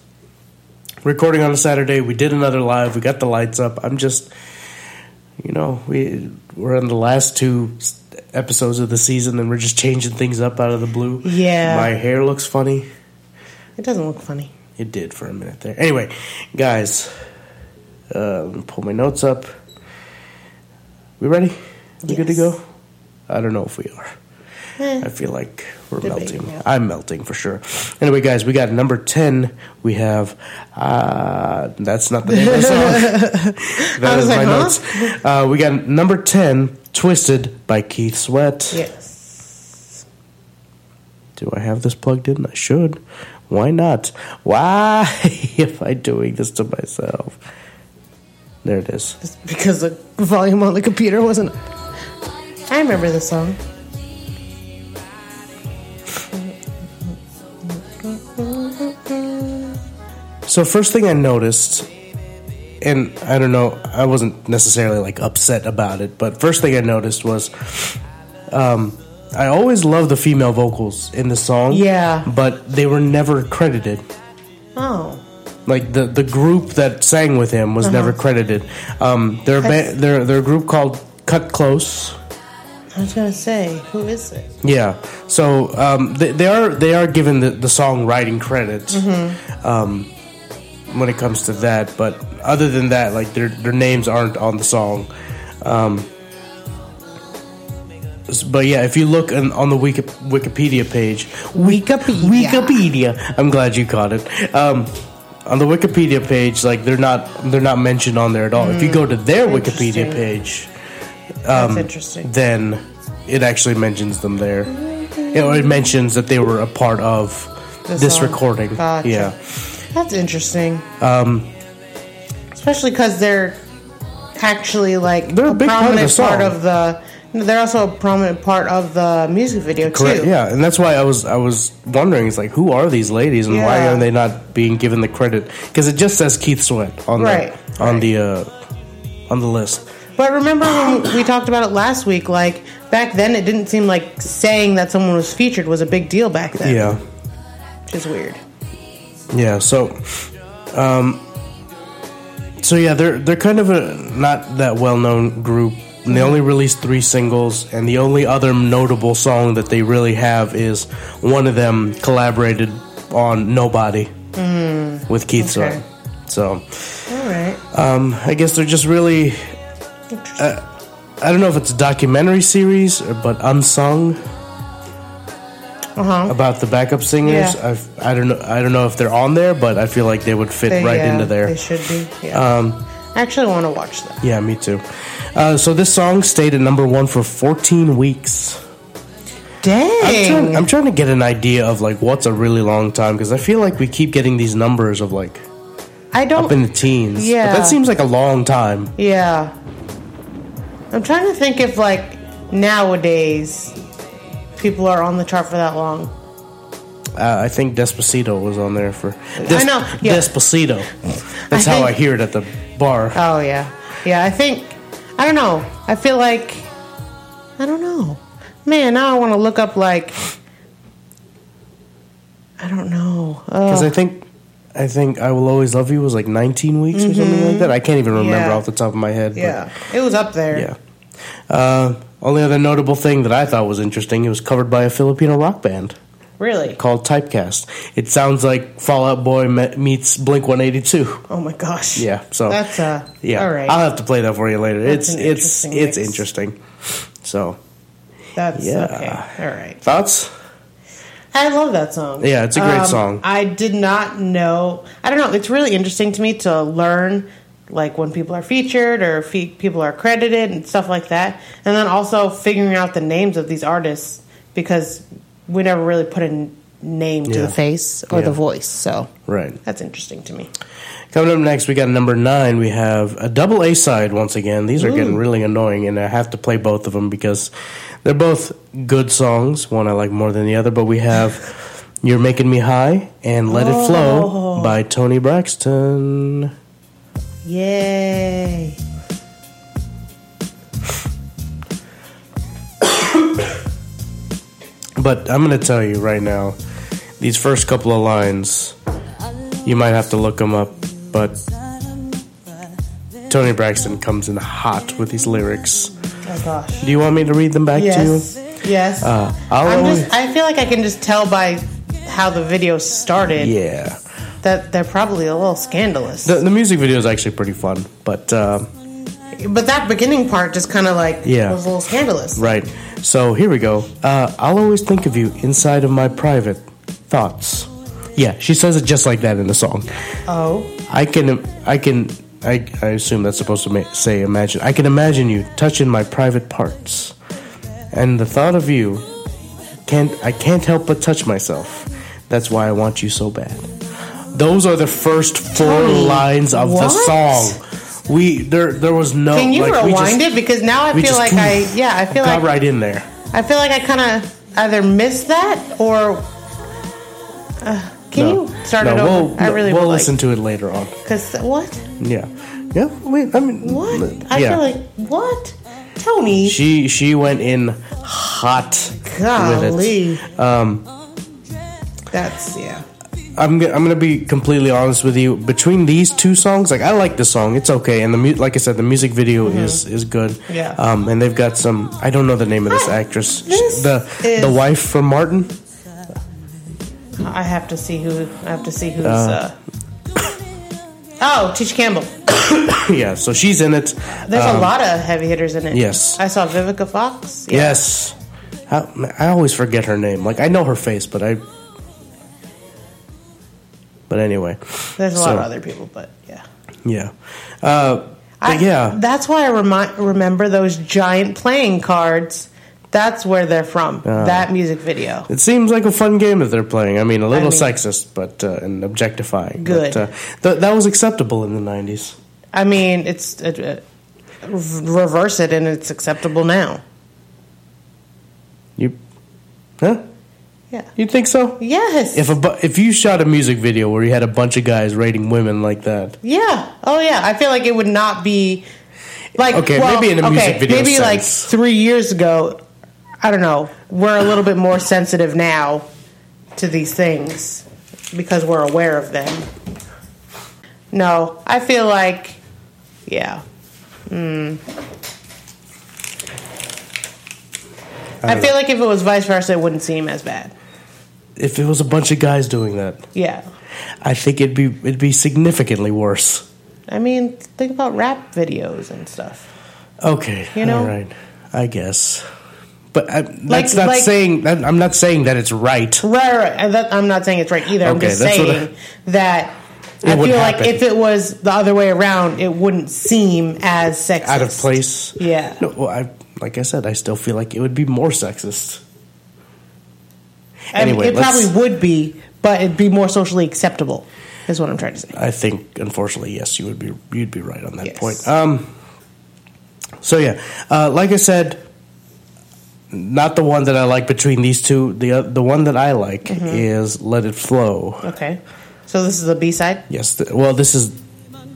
Speaker 2: recording on a Saturday. We did another live. We got the lights up. I'm just, you know, we we're on the last two s- episodes of the season, and we're just changing things up out of the blue.
Speaker 3: Yeah.
Speaker 2: my hair looks funny.
Speaker 3: It doesn't look funny.
Speaker 2: It did for a minute there. Anyway, guys, uh, let me pull my notes up. We ready? We good to
Speaker 3: Yes.
Speaker 2: go? I don't know if we are.
Speaker 3: Eh.
Speaker 2: I feel like we're
Speaker 3: Debating,
Speaker 2: melting.
Speaker 3: yeah.
Speaker 2: I'm melting for sure. Anyway, guys, we got number 10. We have, uh, that's not the name of the song.
Speaker 3: I
Speaker 2: That
Speaker 3: was
Speaker 2: is my
Speaker 3: like, huh?
Speaker 2: notes. Uh, we got number 10, Twisted by Keith Sweat.
Speaker 3: Yes.
Speaker 2: Do I have this plugged in? I should. Why not? Why am I doing this to myself? There it is.
Speaker 3: It's because the volume on the computer wasn't. I remember this song.
Speaker 2: So first thing I noticed, and I don't know, I wasn't necessarily like upset about it, but first thing I noticed was, um, I always love the female vocals in the song.
Speaker 3: Yeah.
Speaker 2: but they were never credited.
Speaker 3: Oh.
Speaker 2: Like the the group that sang with him was never credited. Um, they're, a ba-
Speaker 3: That's-
Speaker 2: they're they're a group called Cut Close.
Speaker 3: I was gonna say, who is it?
Speaker 2: Yeah. So um, they, they are they are given the, the songwriting credit
Speaker 3: Mm-hmm.
Speaker 2: um, when it comes to that, but other than that, like their their names aren't on the song. Um, s- but yeah, if you look on, on the Wiki, Wikipedia page,
Speaker 3: Wikipedia.
Speaker 2: Wikipedia. I'm glad you caught it. Um, on the Wikipedia page, like they're not they're not mentioned on there at all. if you go to their Wikipedia
Speaker 3: Mm-hmm. interesting.
Speaker 2: page,
Speaker 3: That's
Speaker 2: Um,
Speaker 3: interesting.
Speaker 2: then it actually mentions them there. You know, it mentions that they were a part of
Speaker 3: The
Speaker 2: this
Speaker 3: song.
Speaker 2: recording.
Speaker 3: Gotcha.
Speaker 2: Yeah.
Speaker 3: That's interesting. Um, especially because they're actually like
Speaker 2: They're a big part of the
Speaker 3: prominent part
Speaker 2: song.
Speaker 3: of the. They're also a prominent part of the music video
Speaker 2: Correct.
Speaker 3: too.
Speaker 2: Yeah, and that's why I was I was wondering. It's like, who are these ladies, and why
Speaker 3: Yeah.
Speaker 2: are they not being given the credit? Because it just says Keith Sweat on
Speaker 3: Right,
Speaker 2: the on the uh, on the list.
Speaker 3: But remember when we talked about it last week? Like back then, it didn't seem like saying that someone was featured was a big deal back then.
Speaker 2: Yeah,
Speaker 3: which is weird.
Speaker 2: yeah. So, um, so yeah, they're they're kind of a not that well known group. And
Speaker 3: Mm-hmm.
Speaker 2: they only released three singles, and the only other notable song that they really have is one of them collaborated on "Nobody" with Keith
Speaker 3: Mm-hmm. okay.
Speaker 2: Sweat. So,
Speaker 3: All right.
Speaker 2: um, I guess they're just really uh,
Speaker 3: Interesting.
Speaker 2: I don't know if it's a documentary series, or- but unsung
Speaker 3: Uh-huh.
Speaker 2: about the backup singers.
Speaker 3: Yeah.
Speaker 2: I've, I don't know. I don't know if they're on there, but I feel like they would fit
Speaker 3: They-
Speaker 2: right
Speaker 3: yeah,
Speaker 2: into there.
Speaker 3: They should be. Yeah.
Speaker 2: Um,
Speaker 3: I actually want to watch that.
Speaker 2: yeah, me too. Uh, so this song stayed at number one for 14 weeks. I'm
Speaker 3: Dang.
Speaker 2: trying, I'm trying to get an idea of like what's a really long time because I feel like we keep getting these numbers of like
Speaker 3: I
Speaker 2: up
Speaker 3: don't.
Speaker 2: in the teens.
Speaker 3: Yeah.
Speaker 2: but that seems like a long time.
Speaker 3: yeah. I'm trying to think if like nowadays people are on the chart for that long.
Speaker 2: Uh, I think Despacito was on there for. Des-
Speaker 3: know, yeah.
Speaker 2: Despacito. That's
Speaker 3: I
Speaker 2: how I
Speaker 3: think-
Speaker 2: hear it at the bar.
Speaker 3: Oh yeah. Yeah. I think. I don't know. I feel like. I don't know. Man, now I want to look up like. I don't know.
Speaker 2: Because
Speaker 3: Uh,
Speaker 2: I think, I think I will always love you was like 19 weeks or something like that. I can't even remember
Speaker 3: Mm-hmm. Yeah.
Speaker 2: off the top of my head. but-
Speaker 3: yeah. It was up there.
Speaker 2: yeah. Uh, only other notable thing that I thought was interesting, it was covered by a Filipino rock band
Speaker 3: Really.
Speaker 2: called Typecast. It sounds like Fallout Boy me- meets Blink 182.
Speaker 3: Oh my gosh.
Speaker 2: Yeah, so
Speaker 3: That's uh.
Speaker 2: yeah.
Speaker 3: All right.
Speaker 2: I'll have to play that for you later.
Speaker 3: That's an
Speaker 2: it's it's
Speaker 3: interesting
Speaker 2: it's
Speaker 3: mix.
Speaker 2: interesting. So
Speaker 3: That's
Speaker 2: Yeah.
Speaker 3: okay. All right.
Speaker 2: thoughts?
Speaker 3: I love that song. Um,
Speaker 2: Yeah, it's a great song.
Speaker 3: I did not know. I don't know. It's really interesting to me to learn like when people are featured or fe- people are credited and stuff like that, and then also figuring out the names of these artists because we never really put a n- name to
Speaker 2: Yeah.
Speaker 3: the face or
Speaker 2: Yeah.
Speaker 3: the voice. So
Speaker 2: Right.
Speaker 3: that's interesting to me.
Speaker 2: Coming up next, we got number nine. We have a double A side once again. These are getting really annoying, and I have to play both of them because they're both good songs. One I like more than the other, but we have You're Making Me High and Let It
Speaker 3: Oh.
Speaker 2: Flow by Tony Braxton.
Speaker 3: Yay!
Speaker 2: But I'm going to tell you right now, these first couple of lines, you might have to look them up But Tony Braxton comes in hot with these lyrics.
Speaker 3: Oh gosh.
Speaker 2: Do you want me to read them back
Speaker 3: Yes.
Speaker 2: to you?
Speaker 3: Yes.
Speaker 2: Uh, I'll
Speaker 3: I'm
Speaker 2: always,
Speaker 3: just. I feel like I can just tell by how the video started
Speaker 2: yeah.
Speaker 3: that they're probably a little scandalous.
Speaker 2: The, the music video is actually pretty fun, but uh,
Speaker 3: but that beginning part just kind of like
Speaker 2: Yeah.
Speaker 3: was a little scandalous.
Speaker 2: right. So here we go. Uh, I'll always think of you inside of my private thoughts. Yeah, she says it just like that in the song.
Speaker 3: Oh.
Speaker 2: I can, I can, I, I assume that's supposed to ma- say imagine. I can imagine you touching my private parts, and the thought of you can't. I can't help but touch myself. That's why I want you so bad. Those are the first four
Speaker 3: Tony,
Speaker 2: lines of the
Speaker 3: what?
Speaker 2: song. We there, there was no.
Speaker 3: Can you
Speaker 2: like, we just
Speaker 3: rewind it? Because now I
Speaker 2: we
Speaker 3: feel
Speaker 2: just
Speaker 3: like I yeah I feel
Speaker 2: got
Speaker 3: like
Speaker 2: right in there.
Speaker 3: I feel like I kind of either missed that or. Uh, can
Speaker 2: No.
Speaker 3: you start
Speaker 2: No,
Speaker 3: it over?
Speaker 2: We'll,
Speaker 3: I really
Speaker 2: we'll
Speaker 3: would
Speaker 2: listen to it later on.
Speaker 3: Because what?
Speaker 2: Yeah, yeah. Wait, I mean,
Speaker 3: What?
Speaker 2: Yeah.
Speaker 3: I feel like what? Tony.
Speaker 2: She she went in hot with
Speaker 3: Golly.
Speaker 2: it. Um,
Speaker 3: That's yeah.
Speaker 2: I'm go- I'm gonna be completely honest with you. Between these two songs, like I like the song, it's okay, and the mu- like I said, the music video is is good.
Speaker 3: Mm-hmm. Yeah.
Speaker 2: Um, and they've got some. I don't know the name of this
Speaker 3: Hi.
Speaker 2: actress.
Speaker 3: This
Speaker 2: the
Speaker 3: is-
Speaker 2: the wife from Martin.
Speaker 3: I have to see who. I have to see who's. Uh, oh, Teach Campbell.
Speaker 2: yeah. So she's in it.
Speaker 3: There's
Speaker 2: Um,
Speaker 3: a lot of heavy hitters in it.
Speaker 2: yes.
Speaker 3: I saw Vivica Fox.
Speaker 2: Yes. How, I always forget her name. Like I know her face, but I. But anyway,
Speaker 3: There's a lot of
Speaker 2: So-
Speaker 3: other people, but yeah.
Speaker 2: yeah. Uh,
Speaker 3: I,
Speaker 2: but yeah.
Speaker 3: That's why I remi- remember those giant playing cards. That's where they're from.
Speaker 2: Uh.
Speaker 3: that music video.
Speaker 2: It seems like a fun game that they're playing. I mean, a little
Speaker 3: mean-
Speaker 2: sexist, but uh, and objectifying.
Speaker 3: Good.
Speaker 2: But, uh, th- that was acceptable in the nineties.
Speaker 3: I mean, it's it, it, reverse it and it's acceptable now.
Speaker 2: You, huh?
Speaker 3: Yeah.
Speaker 2: You think so?
Speaker 3: Yes.
Speaker 2: If a bu- if you shot a music video where you had a bunch of guys rating women like that,
Speaker 3: Yeah. Oh, yeah. I feel like it would not be like
Speaker 2: Okay,
Speaker 3: well,
Speaker 2: maybe in a music
Speaker 3: okay,
Speaker 2: video
Speaker 3: Maybe like
Speaker 2: sense.
Speaker 3: three years ago. I don't know. We're a little bit more sensitive now to these things because we're aware of them. No, I feel like, yeah. Hmm. I,
Speaker 2: don't
Speaker 3: feel like if it was vice versa, it wouldn't seem as bad.
Speaker 2: if it was a bunch of guys doing that,
Speaker 3: Yeah.
Speaker 2: I think it'd be it'd be significantly worse.
Speaker 3: I mean, think about rap videos and stuff.
Speaker 2: Okay,
Speaker 3: You know?
Speaker 2: all right, I guess. But I, that's
Speaker 3: Like-
Speaker 2: not
Speaker 3: like-
Speaker 2: saying that, I'm not saying that it's right.
Speaker 3: Right, right. And that, I'm not saying it's right either. I'm
Speaker 2: Okay,
Speaker 3: just
Speaker 2: that's what
Speaker 3: saying that
Speaker 2: It
Speaker 3: I
Speaker 2: would
Speaker 3: feel
Speaker 2: happen.
Speaker 3: like if it was the other way around, it wouldn't seem as sexist.
Speaker 2: out of place.
Speaker 3: Yeah.
Speaker 2: No, well, I like I said, I still feel like it would be more sexist.
Speaker 3: I mean,
Speaker 2: Anyway,
Speaker 3: it
Speaker 2: let's-
Speaker 3: probably would be, but it'd be more socially acceptable. Is what I'm trying to say.
Speaker 2: I think, unfortunately, yes, you would be you'd be right on that
Speaker 3: Yes.
Speaker 2: point. Um. So yeah, uh, like I said, not the one that I like between these two. The uh, the one that I like
Speaker 3: Mm-hmm.
Speaker 2: is "Let It Flow."
Speaker 3: Okay, so this is the B side.
Speaker 2: Yes. th well, this is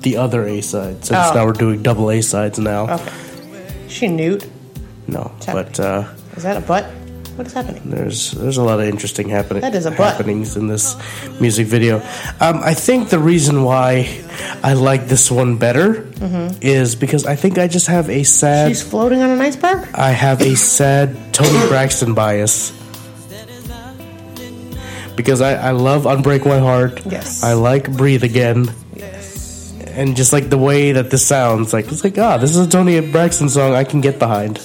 Speaker 2: the other A side. So
Speaker 3: Oh.
Speaker 2: now we're doing double A sides now.
Speaker 3: Okay, she newt.
Speaker 2: No,
Speaker 3: happening.
Speaker 2: but uh,
Speaker 3: Is that a butt? What is happening?
Speaker 2: There's there's a lot of interesting happening
Speaker 3: That is a butt.
Speaker 2: happenings in this music video. Um, I think the reason why I like this one better
Speaker 3: Mm-hmm.
Speaker 2: is because I think I just have a sad
Speaker 3: She's floating on an iceberg.
Speaker 2: I have a sad Tony Braxton bias. Because I, I love Unbreak My Heart.
Speaker 3: Yes.
Speaker 2: I like Breathe Again.
Speaker 3: Yes.
Speaker 2: And just like the way that this sounds, like it's like, ah, this is a Tony Braxton song I can get behind.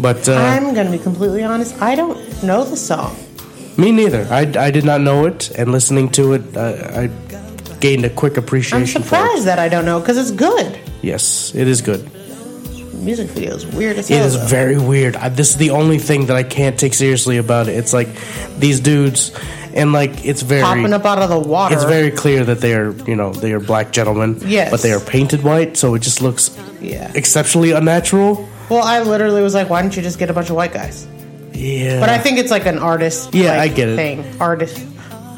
Speaker 2: But uh,
Speaker 3: I'm gonna be completely honest. I don't know the song.
Speaker 2: Me neither. I, I did not know it, and listening to it, uh, I gained a quick
Speaker 3: I'm
Speaker 2: appreciation for it.
Speaker 3: surprised that I don't know because it's good.
Speaker 2: Yes, it is good.
Speaker 3: The music video is weird as
Speaker 2: It
Speaker 3: hell,
Speaker 2: is
Speaker 3: though.
Speaker 2: very weird. I, this is the only thing that I can't take seriously about it. It's like these dudes, and like it's very.
Speaker 3: popping up out of the water.
Speaker 2: It's very clear that they are, you know, they are black gentlemen.
Speaker 3: Yes.
Speaker 2: But they are painted white, so it just looks
Speaker 3: Yeah.
Speaker 2: exceptionally unnatural.
Speaker 3: Well, I literally was like, why don't you just get a bunch of white guys?
Speaker 2: Yeah.
Speaker 3: But I think it's like an artist.
Speaker 2: Yeah,
Speaker 3: like,
Speaker 2: I get it.
Speaker 3: Thing artist,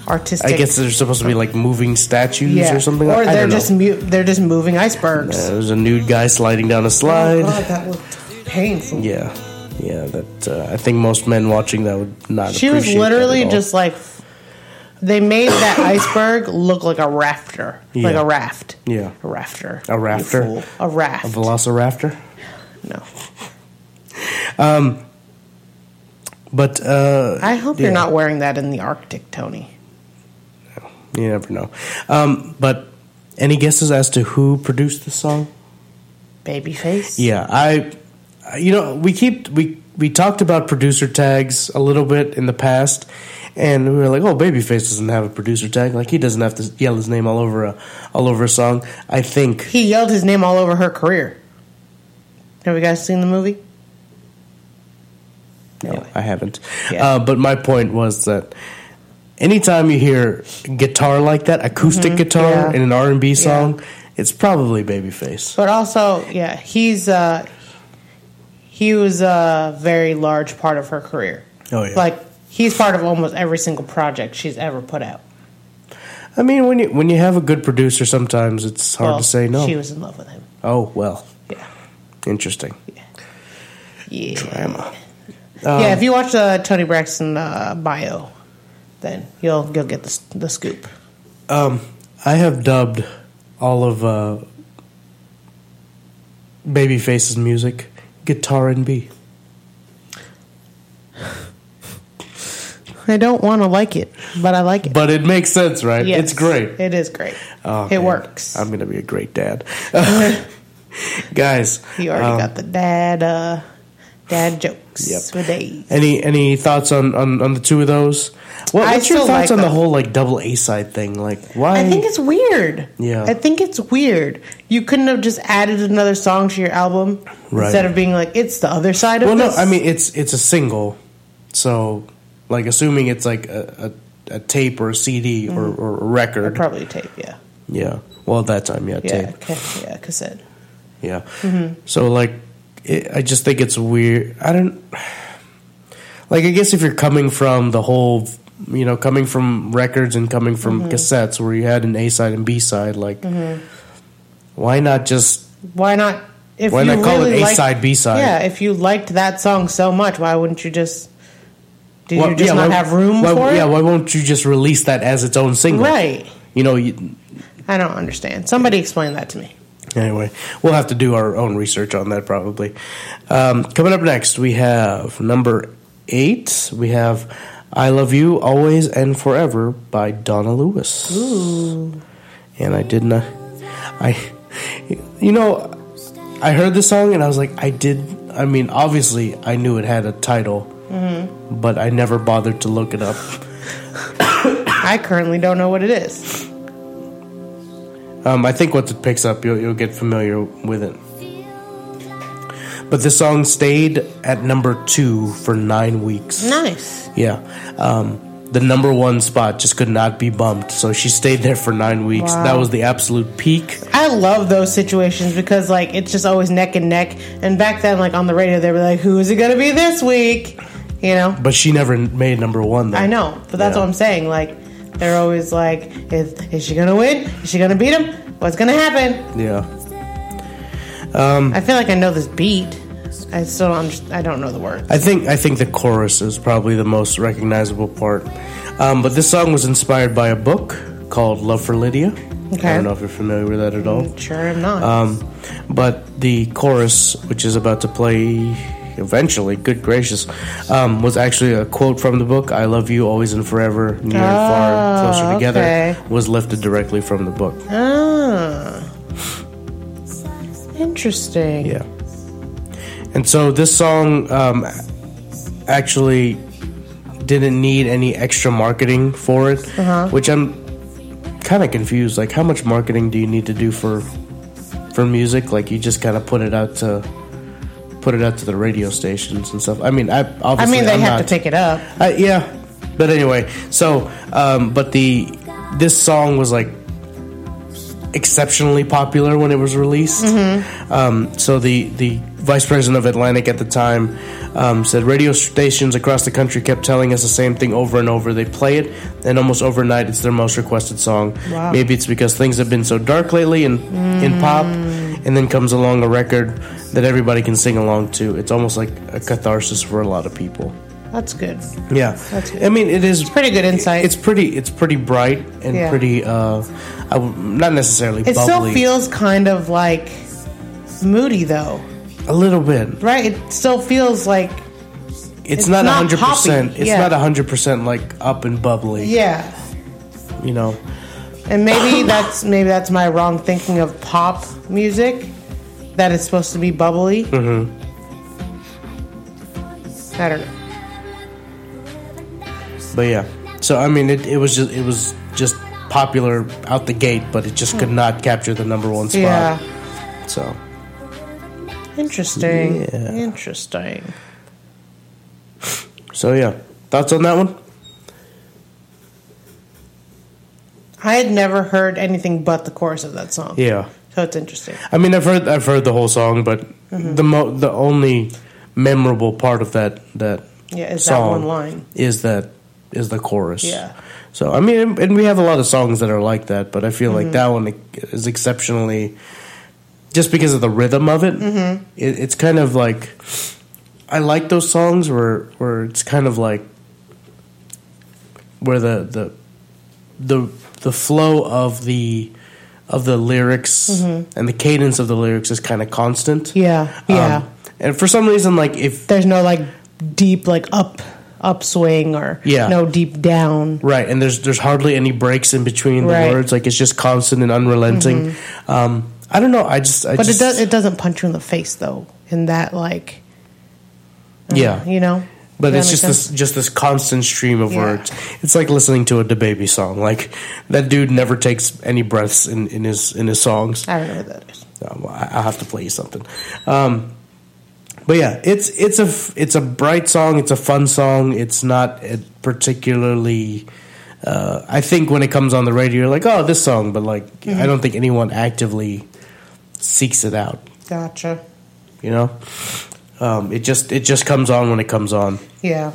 Speaker 3: artistic.
Speaker 2: I guess they're supposed to be like moving statues
Speaker 3: yeah.
Speaker 2: or something.
Speaker 3: Or
Speaker 2: like I
Speaker 3: they're
Speaker 2: don't know.
Speaker 3: just mu- they're just moving icebergs.
Speaker 2: Uh, there's a nude guy sliding down a
Speaker 3: Oh,
Speaker 2: slide.
Speaker 3: God, that looked painful.
Speaker 2: Yeah, yeah. That uh, I think most men watching that would not.
Speaker 3: she was
Speaker 2: appreciate that at
Speaker 3: literally
Speaker 2: all.
Speaker 3: just like f- they made that iceberg look like a rafter, like
Speaker 2: Yeah.
Speaker 3: a raft,
Speaker 2: Yeah.
Speaker 3: a rafter,
Speaker 2: A rafter?
Speaker 3: You fool. a raft.
Speaker 2: A velociraptor?
Speaker 3: no,
Speaker 2: But, uh,
Speaker 3: I hope
Speaker 2: Yeah.
Speaker 3: you're not wearing that in the Arctic, Tony.
Speaker 2: you never know. Um, but, any guesses as to who produced this song?
Speaker 3: Babyface.
Speaker 2: Yeah, I, I- you know, we keep we we talked about producer tags a little bit in the past, and we were like, oh, Babyface doesn't have a producer tag, like he doesn't have to yell his name all over a all over a song. I think
Speaker 3: he yelled his name all over her career. Have you guys seen the movie?
Speaker 2: no, I haven't.
Speaker 3: Yeah.
Speaker 2: Uh, but my point was that. Anytime you hear guitar like that, acoustic guitar
Speaker 3: yeah.
Speaker 2: in an R and B song, it's probably Babyface.
Speaker 3: But also, yeah, he's uh, he was a very large part of her career.
Speaker 2: Oh yeah,
Speaker 3: Like he's part of almost every single project she's ever put out.
Speaker 2: I mean, when you when you have a good producer, sometimes it's hard
Speaker 3: Well,
Speaker 2: to say no.
Speaker 3: She was in love with him.
Speaker 2: oh well,
Speaker 3: Yeah.
Speaker 2: interesting.
Speaker 3: Yeah.
Speaker 2: Drama. Um,
Speaker 3: yeah, if you watch the Tony Braxton uh, bio, then you'll you'll get the, s- the scoop.
Speaker 2: Um, I have dubbed all of uh, Babyface's music guitar and B.
Speaker 3: I don't want to like it, but I like it.
Speaker 2: But it makes sense, right?
Speaker 3: Yes,
Speaker 2: It's great.
Speaker 3: It is great.
Speaker 2: Oh,
Speaker 3: it
Speaker 2: man.
Speaker 3: works.
Speaker 2: I'm gonna be a great dad, guys.
Speaker 3: you already
Speaker 2: um,
Speaker 3: got the dad uh, dad jokes
Speaker 2: Yep.
Speaker 3: for days.
Speaker 2: Any any thoughts on, on, on the two of those? What,
Speaker 3: I
Speaker 2: what's your
Speaker 3: still
Speaker 2: thoughts
Speaker 3: like
Speaker 2: on the
Speaker 3: them.
Speaker 2: whole like double A side thing? Like why?
Speaker 3: I think it's weird.
Speaker 2: Yeah.
Speaker 3: I think it's weird. You couldn't have just added another song to your album
Speaker 2: Right.
Speaker 3: instead of being like, it's the other side of
Speaker 2: well, no,
Speaker 3: this.
Speaker 2: I mean it's it's a single, so like assuming it's like a, a, a tape or a CD or,
Speaker 3: Mm-hmm.
Speaker 2: or a record.
Speaker 3: probably tape. Yeah,
Speaker 2: Yeah. Well, at that time, yeah,
Speaker 3: yeah, Mm-hmm.
Speaker 2: tape.
Speaker 3: ca- yeah, cassette.
Speaker 2: Yeah. So like, it, I just think it's weird. I don't. Like, I guess if you're coming from the whole, you know, coming from records and coming from
Speaker 3: Mm-hmm.
Speaker 2: cassettes where you had an A side and B side, like, why not just?
Speaker 3: Why not? If
Speaker 2: Why
Speaker 3: you
Speaker 2: not call it
Speaker 3: liked-
Speaker 2: A-side, B-side?
Speaker 3: Yeah, if you liked that song so much, why wouldn't you just? Did
Speaker 2: why-
Speaker 3: you just not
Speaker 2: why-
Speaker 3: have room
Speaker 2: why-
Speaker 3: for
Speaker 2: Yeah.
Speaker 3: it?
Speaker 2: Why won't you just release that as its own single?
Speaker 3: right.
Speaker 2: You know. You,
Speaker 3: I don't understand. Somebody explain that to me.
Speaker 2: Anyway, we'll have to do our own research on that probably. Um, coming up next, we have number eight. We have I Love You Always and Forever by Donna Lewis. And I did not. I. You know, I heard the song and I was like, I did. I mean, obviously, I knew it had a title, but I never bothered to look it up.
Speaker 3: I currently don't know what it is.
Speaker 2: Um, I think once it picks up, you'll, you'll get familiar with it. But this song stayed at number two for nine weeks.
Speaker 3: Nice.
Speaker 2: Yeah. Um, the number one spot just could not be bumped. So she stayed there for nine weeks.
Speaker 3: Wow.
Speaker 2: That was the absolute peak.
Speaker 3: I love those situations because like it's just always neck and neck. And back then, like on the radio, they were like, "Who is it going to be this week?" You know.
Speaker 2: But she never made number one, though.
Speaker 3: I know, but that's
Speaker 2: Yeah.
Speaker 3: what I'm saying. Like they're always like, "Is is she going to win? Is she going to beat him? What's going to happen?"
Speaker 2: Yeah. Hmm.
Speaker 3: I feel like I know this beat. I still don't. underst- I don't know the words.
Speaker 2: I think I think the chorus is probably the most recognizable part. Um, but this song was inspired by a book called Love for Lydia. I
Speaker 3: Okay. Mm,
Speaker 2: don't know if you're familiar with that at all.
Speaker 3: I'm sure I'm not.
Speaker 2: Um, but the chorus, which is about to play eventually, good gracious, um, was actually a quote from the book I Love You Always and Forever, Near and Far,
Speaker 3: Ah,
Speaker 2: Closer Together,
Speaker 3: okay.
Speaker 2: was lifted directly from the book.
Speaker 3: ah, interesting.
Speaker 2: Yeah. And so this song um, actually didn't need any extra marketing for it,
Speaker 3: Uh-huh.
Speaker 2: which I'm kind of confused. Like, how much marketing do you need to do for for music? Like, you just kind of put it out to put it out to the radio stations and stuff. I mean, I
Speaker 3: I
Speaker 2: obviously
Speaker 3: mean, they
Speaker 2: I'm
Speaker 3: have
Speaker 2: not-
Speaker 3: to pick it up.
Speaker 2: I, Uh, yeah, but anyway, so um, but the this song was like exceptionally popular when it was released. Um, so the the vice president of Atlantic at the time um, said radio stations across the country kept telling us the same thing over and over. They play it, and almost overnight, it's their most requested song.
Speaker 3: Wow.
Speaker 2: Maybe it's because things have been so dark lately in in pop, and then comes along a record that everybody can sing along to. It's almost like a catharsis for a lot of people.
Speaker 3: that's good.
Speaker 2: Yeah,
Speaker 3: That's good.
Speaker 2: I mean, it is
Speaker 3: Pretty good insight.
Speaker 2: It's pretty. It's pretty bright and
Speaker 3: Yeah.
Speaker 2: pretty. Uh, I w- not necessarily.
Speaker 3: it
Speaker 2: bubbly,
Speaker 3: still feels kind of like moody though,
Speaker 2: a little bit.
Speaker 3: right? It still feels like
Speaker 2: It's,
Speaker 3: It's
Speaker 2: not
Speaker 3: not
Speaker 2: hundred percent.
Speaker 3: hoppy,
Speaker 2: It's
Speaker 3: yeah.
Speaker 2: not hundred percent like up and bubbly.
Speaker 3: yeah.
Speaker 2: You know,
Speaker 3: And maybe that's maybe that's my wrong thinking of pop music that it's supposed to be bubbly. Mm-hmm. I don't know.
Speaker 2: but yeah. So I mean, it, it was just it was just popular out the gate, but it just could not capture the number one spot.
Speaker 3: Yeah.
Speaker 2: So
Speaker 3: Interesting.
Speaker 2: Yeah.
Speaker 3: Interesting.
Speaker 2: so yeah. Thoughts on that one?
Speaker 3: I had never heard anything but the chorus of that song.
Speaker 2: Yeah.
Speaker 3: So it's interesting.
Speaker 2: I mean, I've heard I've heard the whole song, but
Speaker 3: Mm-hmm.
Speaker 2: the mo- the only memorable part of that that
Speaker 3: Yeah, is that
Speaker 2: song
Speaker 3: one line.
Speaker 2: is that is the chorus.
Speaker 3: Yeah.
Speaker 2: So I mean, and we have a lot of songs that are like that, but I feel
Speaker 3: Mm-hmm.
Speaker 2: like that one is exceptionally just because of the rhythm of it. Mm-hmm. it it's kind of like I like those songs where where it's kind of like where the the the the flow of the of the lyrics and the cadence of the lyrics is kind of constant.
Speaker 3: Yeah.
Speaker 2: Um,
Speaker 3: Mm-hmm. Yeah.
Speaker 2: and for some reason, like if
Speaker 3: There's no like deep like up upswing or
Speaker 2: Yeah.
Speaker 3: no deep down.
Speaker 2: Right, and there's there's hardly any breaks in between the
Speaker 3: Right. Mm-hmm.
Speaker 2: words. Like it's just constant and unrelenting. Um, I don't know. I just, I
Speaker 3: But
Speaker 2: just,
Speaker 3: it does it doesn't punch you in the face though. In that like
Speaker 2: yeah.
Speaker 3: you know?
Speaker 2: But
Speaker 3: Does
Speaker 2: it's just
Speaker 3: that make
Speaker 2: this just this constant stream of
Speaker 3: Yeah.
Speaker 2: words. It's like listening to a DaBaby song. Like that dude never takes any breaths in, in his in his songs.
Speaker 3: I don't know what that is.
Speaker 2: Um, I- I'll have to play you something. Um, but yeah, it's it's a f- it's a bright song. It's a fun song. It's not uh, particularly. Uh, I think when it comes on the radio, you're like, oh, this song, but like, I don't think anyone actively seeks it out.
Speaker 3: Gotcha.
Speaker 2: You know, um, it just it just comes on when it comes on.
Speaker 3: Yeah.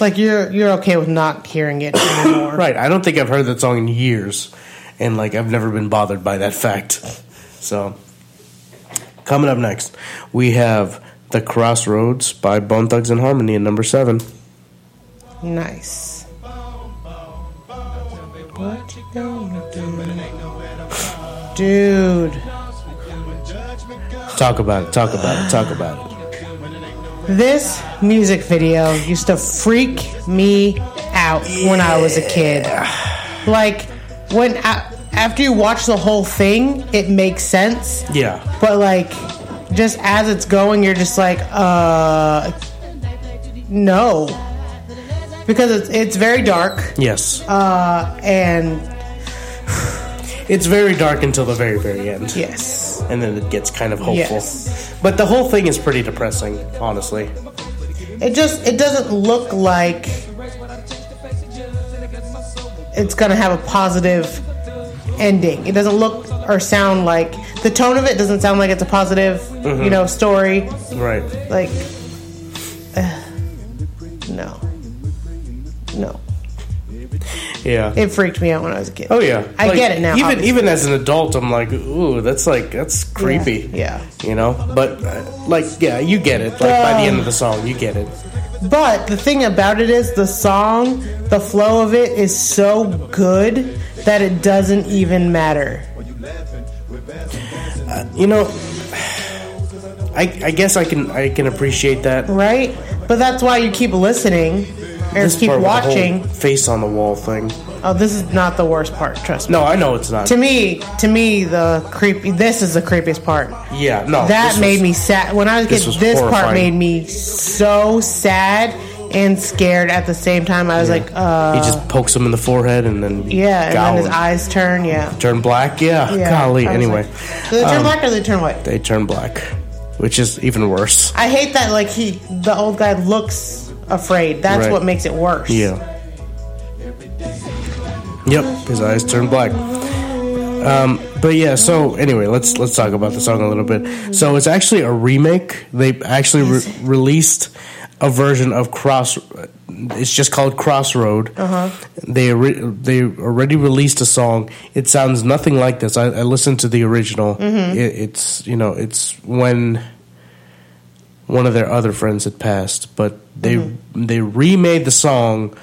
Speaker 3: Like you're you're okay with not hearing it anymore.
Speaker 2: Right. I don't think I've heard that song in years, and like I've never been bothered by that fact. So, coming up next, we have "The Crossroads" by Bone Thugs and Harmony in number seven.
Speaker 3: Nice. What you gonna do? Dude,
Speaker 2: Talk about it. Talk about it. Talk about it.
Speaker 3: this music video used to freak me out when I was a kid. Like when I, after you watch the whole thing, it makes sense.
Speaker 2: Yeah.
Speaker 3: But like, just as it's going, you're just like, uh, no, because it's it's very dark
Speaker 2: Yes.
Speaker 3: uh, and
Speaker 2: it's very dark until the very, very end,
Speaker 3: yes,
Speaker 2: and then it gets kind of hopeful.
Speaker 3: Yes.
Speaker 2: But the whole thing is pretty depressing, honestly.
Speaker 3: it just it doesn't look like it's gonna have a positive ending. It doesn't look or sound like the tone of it doesn't sound like it's a positive,
Speaker 2: Mm-hmm.
Speaker 3: you know, story.
Speaker 2: Right.
Speaker 3: Like, uh, no, no.
Speaker 2: Yeah.
Speaker 3: It freaked me out when I was a kid.
Speaker 2: oh yeah.
Speaker 3: I
Speaker 2: Like,
Speaker 3: get it now.
Speaker 2: Even
Speaker 3: obviously.
Speaker 2: even as an adult, I'm like, ooh, that's like that's creepy.
Speaker 3: Yeah.
Speaker 2: you know but uh, like yeah you get it like by the end of the song you get it
Speaker 3: But the thing about it is the song, the flow of it is so good that it doesn't even matter.
Speaker 2: you know I, I guess I can I can appreciate that
Speaker 3: Right? But that's why you keep listening or keep
Speaker 2: part with the whole
Speaker 3: watching.
Speaker 2: face on the wall thing
Speaker 3: Oh, this is not the worst part, trust me.
Speaker 2: no I know it's not
Speaker 3: To me, to me the creepy this is the creepiest part.
Speaker 2: yeah no
Speaker 3: That
Speaker 2: this
Speaker 3: made
Speaker 2: was-
Speaker 3: me sad. When I was a
Speaker 2: this
Speaker 3: kid,
Speaker 2: was
Speaker 3: this part made
Speaker 2: horrifying.
Speaker 3: me so sad and scared at the same time. I was like, uh
Speaker 2: he just pokes him in the forehead and then
Speaker 3: yeah, and then
Speaker 2: gowl
Speaker 3: his eyes turn, yeah.
Speaker 2: turn black yeah,
Speaker 3: yeah.
Speaker 2: golly
Speaker 3: I was
Speaker 2: anyway
Speaker 3: like- do they turn
Speaker 2: um,
Speaker 3: black or do they turn white?
Speaker 2: they turn black which is even worse
Speaker 3: I hate that like he the old guy looks afraid. That's
Speaker 2: Right.
Speaker 3: what makes it worse.
Speaker 2: Yeah. Yep, his eyes turn black. Um, but yeah, so anyway, let's let's talk about the song a little bit. So it's actually a remake. They actually re- released a version of Cross. It's just called Crossroad. Uh-huh. They ori- they already released a song. It sounds nothing like this. I, I listened to the original. It, it's you know it's when one of their other friends had passed, but they
Speaker 3: Mm-hmm.
Speaker 2: they remade the song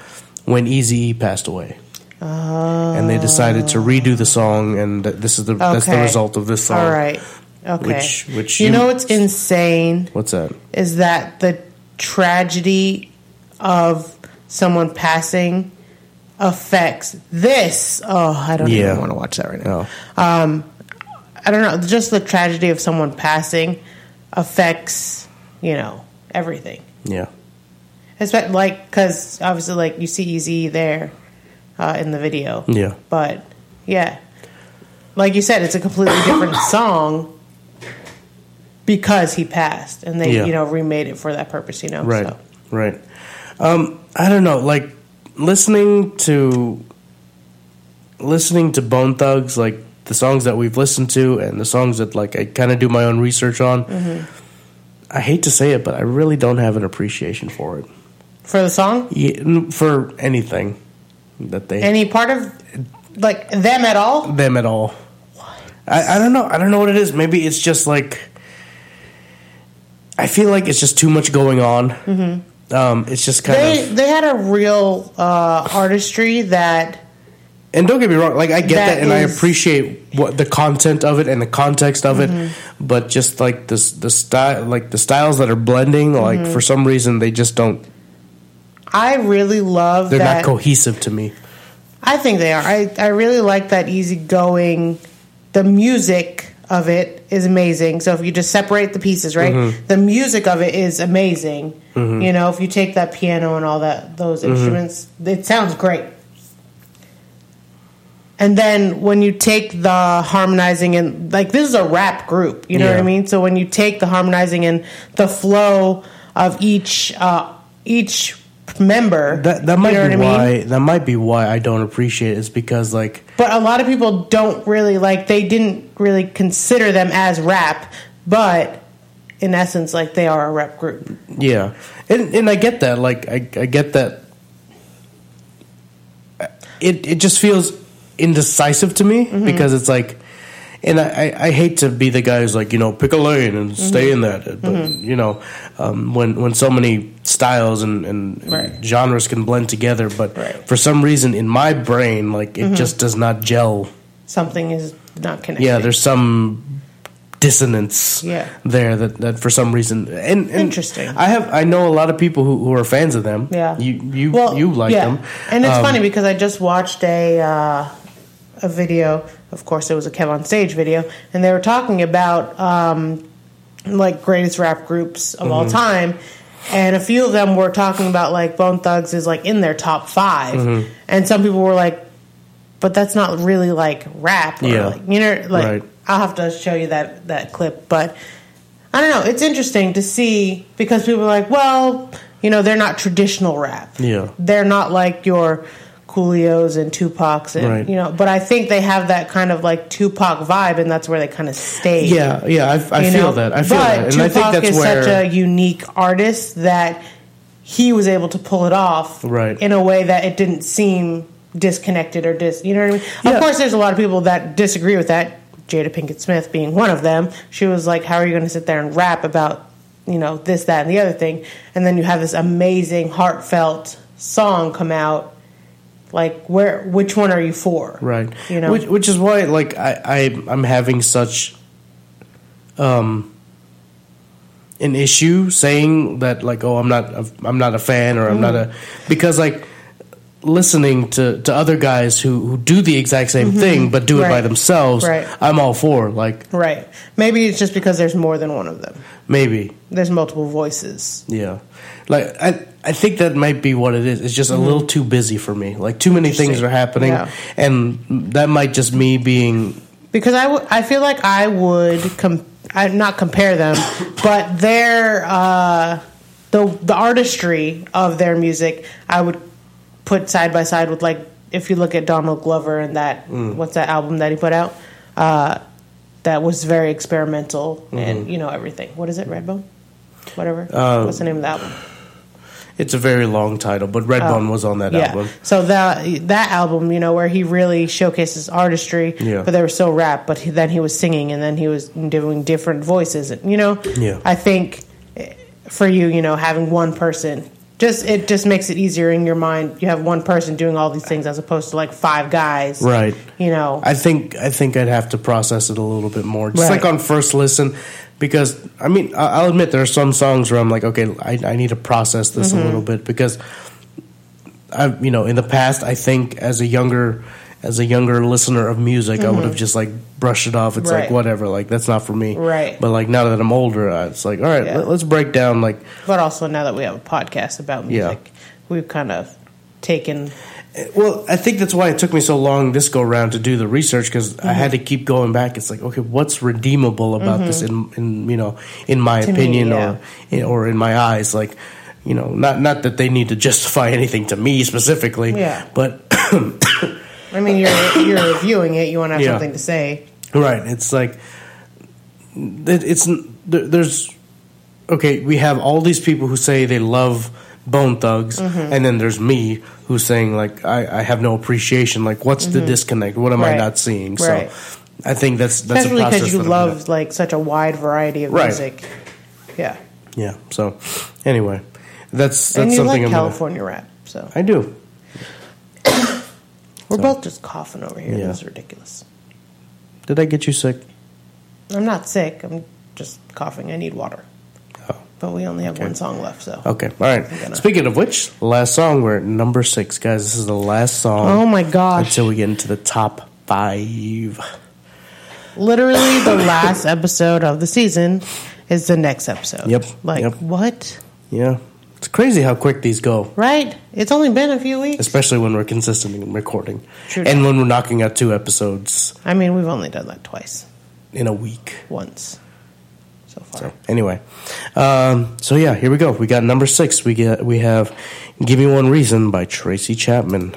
Speaker 2: when Easy E passed away,
Speaker 3: Oh.
Speaker 2: and they decided to redo the song, and th- this is the that's the
Speaker 3: Okay.
Speaker 2: result of this song.
Speaker 3: All right. Okay.
Speaker 2: Which- which
Speaker 3: you,
Speaker 2: you-
Speaker 3: know what's insane
Speaker 2: What's that?
Speaker 3: is that the tragedy of someone passing affects this. Oh, I don't
Speaker 2: Yeah.
Speaker 3: even want to watch that right now.
Speaker 2: No.
Speaker 3: I don't know. Just the tragedy of someone passing affects you know everything.
Speaker 2: Yeah.
Speaker 3: Especially like because obviously like you see Easy there uh, in the video.
Speaker 2: Yeah.
Speaker 3: But yeah, like you said, it's a completely different song because he passed, and they
Speaker 2: Yeah.
Speaker 3: you know remade it for that purpose. You know,
Speaker 2: Right.
Speaker 3: So.
Speaker 2: Right. Um, I don't know. Like listening to listening to Bone Thugs, like the songs that we've listened to, and the songs that like I kind of do my own research on.
Speaker 3: Mm-hmm.
Speaker 2: I hate to say it, but I really don't have an appreciation for it
Speaker 3: For the song,
Speaker 2: Yeah, n- for anything that they
Speaker 3: any part of like them at all?
Speaker 2: them at all. I, I don't know. I don't know what it is. Maybe it's just like I feel like it's just too much going on. Mm-hmm. Um, it's just kind of
Speaker 3: They they had a real uh, artistry that
Speaker 2: And don't get me wrong, like I get
Speaker 3: That
Speaker 2: that, and I
Speaker 3: is-
Speaker 2: appreciate what the content of it and the context of it,
Speaker 3: Mm-hmm.
Speaker 2: but just like this the style like the styles that are blending, like
Speaker 3: Mm-hmm.
Speaker 2: for some reason they just don't
Speaker 3: I really love.
Speaker 2: they're
Speaker 3: that
Speaker 2: not cohesive to me.
Speaker 3: I think they are. I, I really like that easygoing. The music of it is amazing. So if you just separate the pieces, right?
Speaker 2: Mm-hmm.
Speaker 3: The music of it is amazing. You know, if you take that piano and all that those
Speaker 2: Mm-hmm.
Speaker 3: instruments, it sounds great. And then when you take the harmonizing and like this is a rap group, you know what I
Speaker 2: Yeah.
Speaker 3: mean? So when you take the harmonizing and the flow of each uh each member,
Speaker 2: That that
Speaker 3: you
Speaker 2: might be
Speaker 3: know what I mean?
Speaker 2: why that might be why I don't appreciate it is because like
Speaker 3: But a lot of people don't really like they didn't really consider them as rap, but in essence, like they are a rap group.
Speaker 2: yeah, and and I get that like I I get that it it just feels indecisive to me
Speaker 3: Mm-hmm.
Speaker 2: because it's like and I, I, I hate to be the guy who's like you know pick a lane
Speaker 3: Mm-hmm.
Speaker 2: and stay in that but you know um, when when so many styles and, and, and
Speaker 3: Right.
Speaker 2: genres can blend together but
Speaker 3: Right. Mm-hmm.
Speaker 2: for some reason in my brain like it just does not gel
Speaker 3: Something is not connected.
Speaker 2: yeah there's some dissonance
Speaker 3: Yeah.
Speaker 2: there that, that for some reason and, and
Speaker 3: Interesting.
Speaker 2: I have I know a lot of people who, who are fans of them
Speaker 3: yeah.
Speaker 2: you you
Speaker 3: Well,
Speaker 2: you like
Speaker 3: yeah.
Speaker 2: them
Speaker 3: and it's
Speaker 2: Um,
Speaker 3: funny because I just watched a uh, a video. Of course, it was a Kev on Stage video, and they were talking about um, like greatest rap groups of all
Speaker 2: Mm-hmm.
Speaker 3: time, and a few of them were talking about like Bone Thugs is like in their top 5
Speaker 2: Mm-hmm.
Speaker 3: and some people were like, "But that's not really like rap." Or,
Speaker 2: Yeah.
Speaker 3: like, you know, like
Speaker 2: Right.
Speaker 3: I'll have to show you that that clip, but. I don't know. It's interesting to see because people are like, well, you know, they're not traditional rap.
Speaker 2: Yeah.
Speaker 3: They're not like your Coolios and Tupacs and,
Speaker 2: Right.
Speaker 3: you know, but I think they have that kind of like Tupac vibe and that's where they kind of stay.
Speaker 2: yeah yeah I, I
Speaker 3: you
Speaker 2: feel
Speaker 3: know?
Speaker 2: that I feel
Speaker 3: but
Speaker 2: that and
Speaker 3: Tupac
Speaker 2: I think that's
Speaker 3: is
Speaker 2: where
Speaker 3: such a unique artist that he was able to pull it off
Speaker 2: Right.
Speaker 3: in a way that it didn't seem disconnected or dis. You know what I mean? Of
Speaker 2: Yeah.
Speaker 3: course, there's a lot of people that disagree with that. Jada Pinkett Smith being one of them. She was like, "How are you going to sit there and rap about you know this, that, and the other thing?" And then you have this amazing, heartfelt song come out. Like, where? Which one are you for?
Speaker 2: right
Speaker 3: You know.
Speaker 2: which, which is why like I, I i'm having such um an issue saying that like oh i'm not a, i'm not a fan or i'm not a
Speaker 3: Mm-hmm.
Speaker 2: because like listening to to other guys who who do the exact same thing but do it by
Speaker 3: Mm-hmm. Right.
Speaker 2: themselves
Speaker 3: Right.
Speaker 2: i'm all for like
Speaker 3: right. Maybe it's just because there's more than one of them.
Speaker 2: maybe
Speaker 3: There's multiple voices.
Speaker 2: Yeah, like I, I think that might be what it is. It's just a little too busy for me. Like too many things
Speaker 3: Mm-hmm. Interesting.
Speaker 2: are happening,
Speaker 3: Yeah.
Speaker 2: and that might just me being
Speaker 3: because I, w- I feel like I would com- I, not compare them, but their uh, the the artistry of their music I would put side by side with like if you look at Donald Glover and that what's that album that he put out uh, that was very experimental and you know everything. What is it, Redbone? Whatever. what's the name of the album?
Speaker 2: it's a very long title, but
Speaker 3: Oh,
Speaker 2: Redbone was on that album.
Speaker 3: So that that album, you know, where he really showcases artistry,
Speaker 2: Yeah.
Speaker 3: but they were still rap. But he, then he was singing, and then he was doing different voices. And you know,
Speaker 2: Yeah.
Speaker 3: I think eh, for you, you know, having one person. Just it just makes it easier in your mind. You have one person doing all these things as opposed to like five guys.
Speaker 2: Right.
Speaker 3: You know.
Speaker 2: I think I think I'd have to process it a little bit more, just
Speaker 3: Right.
Speaker 2: like on first listen, because I mean I- I'll admit there are some songs where I'm like, okay, I, I need to process this
Speaker 3: Mm-hmm.
Speaker 2: a little bit because I you know in the past I think as a younger as a younger listener of music I would have just like brushed it off. It's
Speaker 3: Mm-hmm. Right.
Speaker 2: like whatever, like that's not for me.
Speaker 3: Right.
Speaker 2: But like now that I'm older, uh, it's like all right,
Speaker 3: Yeah.
Speaker 2: let, let's break down like
Speaker 3: but also now that we have a podcast about music, we've kind of taken
Speaker 2: Well, I think that's why it took me so long this go round to do the research because I
Speaker 3: Mm-hmm.
Speaker 2: had to keep going back. It's like, okay, what's redeemable about this in, in you know, in my
Speaker 3: Mm-hmm. To me,
Speaker 2: opinion
Speaker 3: yeah.
Speaker 2: or in, or in my eyes, like, you know, not not that they need to justify anything to me specifically,
Speaker 3: Yeah.
Speaker 2: but
Speaker 3: I mean you're you're reviewing it, you wanna have
Speaker 2: Yeah.
Speaker 3: something to say.
Speaker 2: Right. It's like it, it's there, there's okay. We have all these people who say they love Bone Thugs,
Speaker 3: Mm-hmm.
Speaker 2: and then there's me who's saying like I, I have no appreciation. Like, what's the disconnect? What am I
Speaker 3: Mm-hmm. Right.
Speaker 2: not seeing? So,
Speaker 3: Right.
Speaker 2: I think that's that's
Speaker 3: Especially
Speaker 2: a
Speaker 3: because
Speaker 2: process
Speaker 3: you
Speaker 2: that I'm
Speaker 3: love like such a wide variety of
Speaker 2: Right.
Speaker 3: music. Yeah.
Speaker 2: gonna- Yeah. So anyway, that's that's
Speaker 3: and you
Speaker 2: something
Speaker 3: like
Speaker 2: I'm
Speaker 3: California rap, so
Speaker 2: Gonna, I do.
Speaker 3: we're both just coughing over here.
Speaker 2: Yeah.
Speaker 3: This is ridiculous.
Speaker 2: Did I get you sick?
Speaker 3: I'm not sick. I'm just coughing. I need water.
Speaker 2: Oh.
Speaker 3: But we only have one song left, so.
Speaker 2: Okay. All right.
Speaker 3: gonna-
Speaker 2: Speaking of which, last song we're at number six, guys. This is the last song.
Speaker 3: Oh my gosh.
Speaker 2: Until we get into the top five.
Speaker 3: Literally the last episode of the season is the next episode.
Speaker 2: Yep,
Speaker 3: Like,
Speaker 2: yep.
Speaker 3: what?
Speaker 2: Yeah. It's crazy how quick these go,
Speaker 3: Right? It's only been a few weeks.
Speaker 2: especially when we're consistent in recording.
Speaker 3: True
Speaker 2: and when we're knocking out two episodes
Speaker 3: I mean, we've only done that twice.
Speaker 2: in a week.
Speaker 3: Once. So far.
Speaker 2: So, anyway. Um, so yeah, here we go. We got number 6. We get we have Give Me One Reason by Tracy Chapman.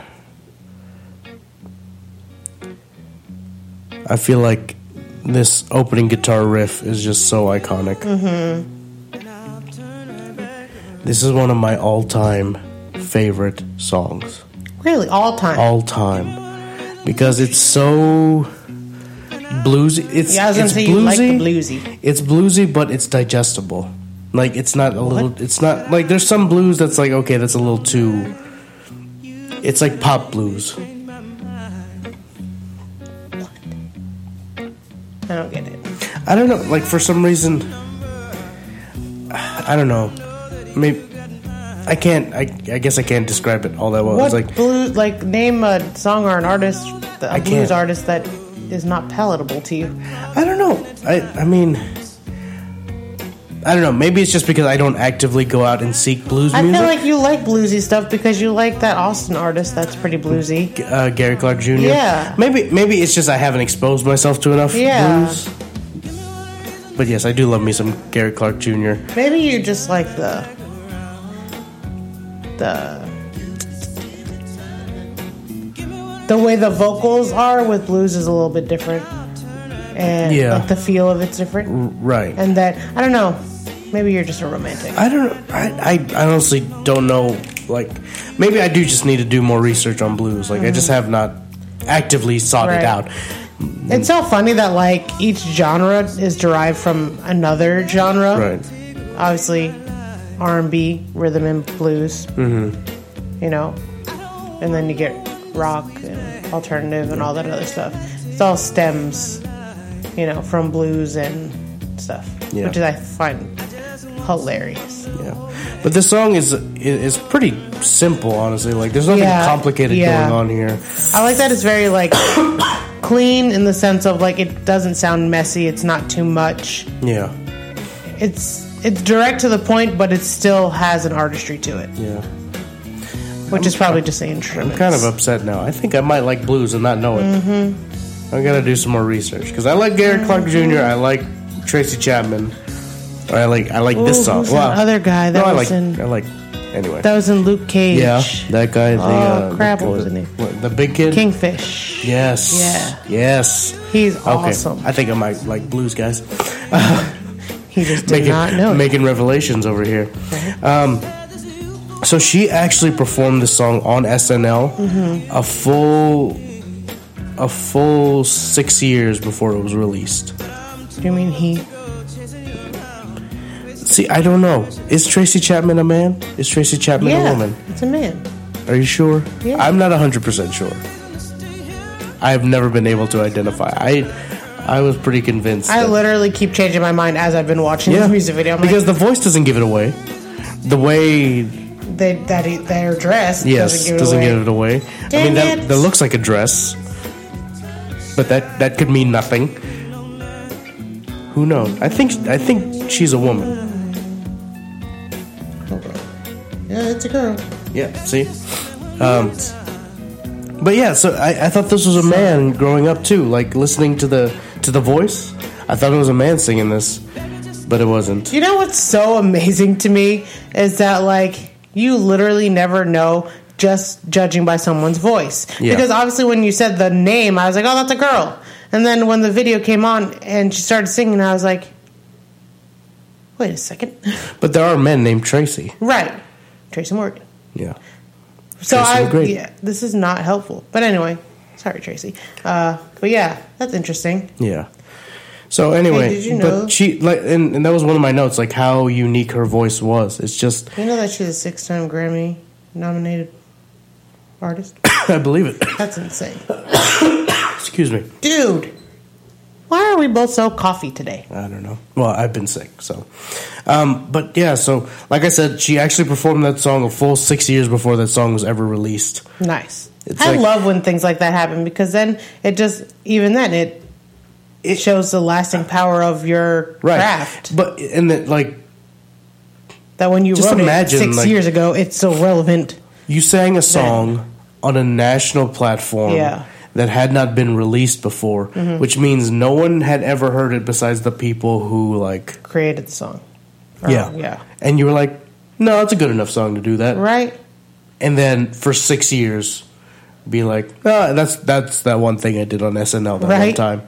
Speaker 2: I feel like this opening guitar riff is just so iconic. This is one of my all-time favorite songs.
Speaker 3: Really, all time.
Speaker 2: all time because it's so bluesy. It's
Speaker 3: yeah, I was going
Speaker 2: it's
Speaker 3: to say
Speaker 2: bluesy.
Speaker 3: you like the bluesy.
Speaker 2: It's bluesy, but it's digestible. Like it's not a little. It's not like there's some blues that's like okay, that's a little too. It's like pop blues.
Speaker 3: I don't get it.
Speaker 2: I don't know. Like for some reason, I don't know. Maybe I can't. I, I guess I can't describe it all that well.
Speaker 3: What
Speaker 2: It's like
Speaker 3: blues, like, name a song or an artist, a
Speaker 2: I
Speaker 3: blues
Speaker 2: can't.
Speaker 3: artist that is not palatable to you.
Speaker 2: I don't know. I I mean, I don't know. Maybe it's just because I don't actively go out and seek blues
Speaker 3: I
Speaker 2: music.
Speaker 3: feel like you like bluesy stuff because you like that Austin artist that's pretty bluesy.
Speaker 2: uh, Gary Clark Jr.
Speaker 3: Yeah.
Speaker 2: Maybe maybe it's just I haven't exposed myself to enough
Speaker 3: Yeah.
Speaker 2: blues. But yes, I do love me some Gary Clark Jr.
Speaker 3: Maybe you just like the the the way the vocals are with blues is a little bit different, and
Speaker 2: Yeah.
Speaker 3: like the feel of it's different.
Speaker 2: Right.
Speaker 3: And that I don't know. Maybe you're just a romantic.
Speaker 2: I don't. I, I I honestly don't know. Like maybe I do just need to do more research on blues. Like I just have not actively sought
Speaker 3: Mm-hmm.
Speaker 2: it
Speaker 3: Right.
Speaker 2: out.
Speaker 3: It's so funny that like each genre is derived from another genre.
Speaker 2: Right.
Speaker 3: obviously R&B, rhythm and blues. Mm-hmm. You know, and then you get rock and alternative and all that other stuff. It's all stems, you know, from blues and stuff,
Speaker 2: Yeah.
Speaker 3: which I find hilarious.
Speaker 2: Yeah, but this song is is pretty simple, honestly. Like, there's nothing
Speaker 3: Yeah,
Speaker 2: complicated
Speaker 3: yeah.
Speaker 2: going on here.
Speaker 3: I like that it's very like clean in the sense of like it doesn't sound messy. It's not too much.
Speaker 2: Yeah,
Speaker 3: It's it's direct to the point, but it still has an artistry to it,
Speaker 2: yeah.
Speaker 3: which is probably just the instruments.
Speaker 2: I'm kind of upset now. I think I might like blues and not know it.
Speaker 3: Mm-hmm.
Speaker 2: I gotta do some more research because I like Gary Clark Jr. I like Tracy Chapman. I like I like
Speaker 3: Ooh,
Speaker 2: this song.
Speaker 3: who's that other guy that
Speaker 2: no, I
Speaker 3: was
Speaker 2: like
Speaker 3: in-
Speaker 2: I like anyway.
Speaker 3: That was in Luke Cage.
Speaker 2: yeah, that guy. The,
Speaker 3: Oh,
Speaker 2: uh,
Speaker 3: crap,
Speaker 2: the-
Speaker 3: what was his name?
Speaker 2: what, the big kid.
Speaker 3: Kingfish.
Speaker 2: Yes.
Speaker 3: Yeah.
Speaker 2: Yes.
Speaker 3: He's
Speaker 2: Okay.
Speaker 3: awesome.
Speaker 2: I think I might like blues, guys.
Speaker 3: He just did
Speaker 2: making,
Speaker 3: not know. it.
Speaker 2: making revelations over here. Um, so she actually performed this song on SNL a full a full six years before it was released.
Speaker 3: Do you mean he?
Speaker 2: See, I don't know. Is Tracy Chapman a man? Is Tracy Chapman
Speaker 3: yeah,
Speaker 2: a woman?
Speaker 3: it's a man.
Speaker 2: Are you sure?
Speaker 3: Yeah.
Speaker 2: I'm not 100% sure. I've never been able to identify. I I was pretty convinced.
Speaker 3: I
Speaker 2: that-
Speaker 3: literally keep changing my mind as I've been watching this music video. I'm
Speaker 2: because
Speaker 3: like,
Speaker 2: the voice doesn't give it away. The way,
Speaker 3: they, that he, they're dressed
Speaker 2: yes, doesn't,
Speaker 3: doesn't give it away.
Speaker 2: give it away. I mean,
Speaker 3: Dang
Speaker 2: that,
Speaker 3: it.
Speaker 2: that looks like a dress, but that that could mean nothing. Who knows? I think I think she's a woman.
Speaker 3: Yeah, it's a girl.
Speaker 2: Yeah. See. Um, but yeah, so I, I thought this was a man growing up too. Like listening to the to the voice, I thought it was a man singing this, but it wasn't.
Speaker 3: You know what's so amazing to me is that like you literally never know just judging by someone's voice.
Speaker 2: Yeah.
Speaker 3: Because obviously when you said the name, I was like, "Oh, that's a girl." And then when the video came on and she started singing, I was like, "Wait a second.
Speaker 2: But there are men named Tracy.
Speaker 3: right. Tracy Morgan."
Speaker 2: Yeah.
Speaker 3: So
Speaker 2: Tracy
Speaker 3: I
Speaker 2: McGrady.
Speaker 3: yeah, this is not helpful. But anyway, sorry Tracy. Uh, but yeah, that's interesting.
Speaker 2: Yeah. So anyway,
Speaker 3: did you know-
Speaker 2: but she like, and, and that was one of my notes, like how unique her voice was. It's just,
Speaker 3: You know that she's a six-time Grammy nominated artist?
Speaker 2: I believe it.
Speaker 3: That's insane.
Speaker 2: Excuse me.
Speaker 3: Dude, why are we both so coffee today?
Speaker 2: I don't know. Well, I've been sick, so. Um, but yeah, so like I said, she actually performed that song a full six years before that song was ever released.
Speaker 3: Nice.
Speaker 2: It's
Speaker 3: I
Speaker 2: like-
Speaker 3: love when things like that happen because then it just even then it it shows the lasting power of your
Speaker 2: Right.
Speaker 3: craft.
Speaker 2: But and that like
Speaker 3: That when you
Speaker 2: Just
Speaker 3: wrote
Speaker 2: imagine,
Speaker 3: it six
Speaker 2: like-
Speaker 3: years ago, it's still relevant.
Speaker 2: you sang a song on a national platform
Speaker 3: Yeah. Mm-hmm.
Speaker 2: that had not been released before, which means no one had ever heard it besides the people who like
Speaker 3: Created the song. Or-
Speaker 2: Yeah.
Speaker 3: yeah.
Speaker 2: And you were like, no, that's a good enough song to do that.
Speaker 3: Right?
Speaker 2: And then for six years, be like, ah, that's that's that one thing I did on SNL that one
Speaker 3: Right.
Speaker 2: time,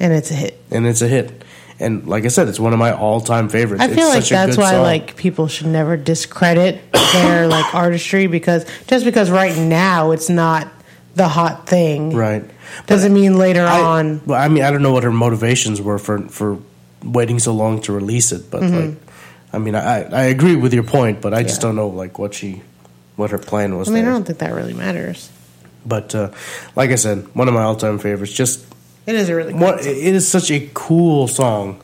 Speaker 3: And it's a hit.
Speaker 2: and it's a hit. And like I said, it's one of my all-time favorites.
Speaker 3: I
Speaker 2: it's
Speaker 3: feel like
Speaker 2: such a
Speaker 3: that's
Speaker 2: good
Speaker 3: why
Speaker 2: song.
Speaker 3: like people should never discredit their like artistry because just because right now it's not the hot thing
Speaker 2: right.
Speaker 3: doesn't mean later
Speaker 2: I,
Speaker 3: on
Speaker 2: Well, I mean, I don't know what her motivations were for for waiting so long to release it, but like, I mean, I I agree with your point, but I just
Speaker 3: Mm-hmm. Yeah.
Speaker 2: don't know like what she what her plan was.
Speaker 3: I mean,
Speaker 2: there.
Speaker 3: I don't think that really matters.
Speaker 2: but uh, like I said, one of my all-time favorites. Just
Speaker 3: It is a really cool.
Speaker 2: What it is such a cool song.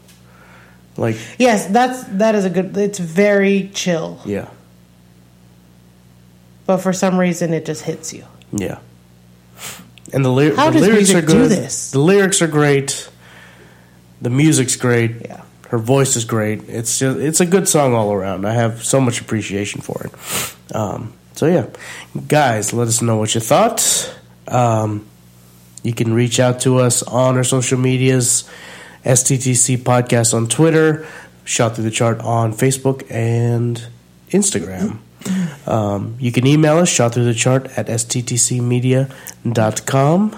Speaker 2: Like
Speaker 3: Yes, that's that is a good. It's very chill,
Speaker 2: yeah,
Speaker 3: but for some reason it just hits you.
Speaker 2: yeah. And the, ly-
Speaker 3: How
Speaker 2: the
Speaker 3: does
Speaker 2: lyrics
Speaker 3: music
Speaker 2: are
Speaker 3: do
Speaker 2: good.
Speaker 3: this?
Speaker 2: The lyrics are great. The music's great.
Speaker 3: Yeah.
Speaker 2: Her voice is great. It's just, it's a good song all around. I have so much appreciation for it. Um, so yeah, guys, let us know what you thought. Um, you can reach out to us on our social medias, STTC Podcast on Twitter, Shot Through the Chart on Facebook and Instagram. Um, you can email us, shot through the chart at sttcmedia.com.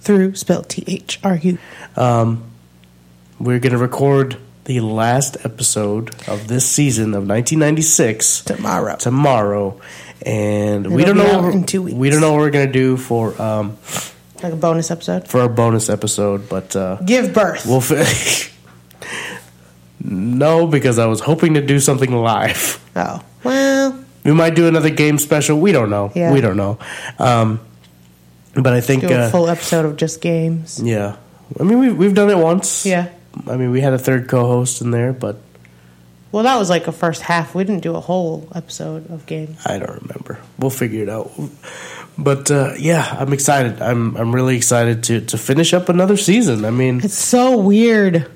Speaker 3: Through spelled T H R U.
Speaker 2: Um, We're going to record the last episode of this season of 1996
Speaker 3: Tomorrow.
Speaker 2: Tomorrow, and we
Speaker 3: It'll
Speaker 2: don't
Speaker 3: be
Speaker 2: know
Speaker 3: out
Speaker 2: what
Speaker 3: in
Speaker 2: we're-
Speaker 3: two weeks.
Speaker 2: we don't know what we're going to do for um,
Speaker 3: Like a bonus episode.
Speaker 2: for our bonus episode, but uh,
Speaker 3: Give birth.
Speaker 2: we'll. Fi- no, because I was hoping to do something live.
Speaker 3: oh well,
Speaker 2: We might do another game special. We don't know.
Speaker 3: Yeah.
Speaker 2: We don't know. Um, but I think
Speaker 3: do a
Speaker 2: uh,
Speaker 3: full episode of just games.
Speaker 2: Yeah, I mean we've we've done it once.
Speaker 3: Yeah.
Speaker 2: I mean we had a third co-host in there, but
Speaker 3: Well, that was like a first half. We didn't do a whole episode of games.
Speaker 2: I don't remember. We'll figure it out. But uh, yeah, I'm excited. I'm I'm really excited to to finish up another season. I mean,
Speaker 3: It's so weird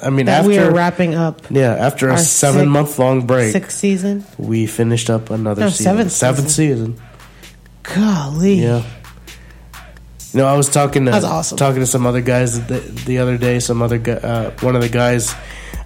Speaker 2: I mean
Speaker 3: that
Speaker 2: after
Speaker 3: we are wrapping up
Speaker 2: yeah after a
Speaker 3: our
Speaker 2: seven
Speaker 3: six-
Speaker 2: month long break,
Speaker 3: sixth season.
Speaker 2: we finished up another
Speaker 3: No,
Speaker 2: season.
Speaker 3: seventh
Speaker 2: seventh season.
Speaker 3: Golly,
Speaker 2: Yeah. You know, I was talking to
Speaker 3: That's awesome.
Speaker 2: talking to some other guys the, the other day. Some other gu- uh, one of the guys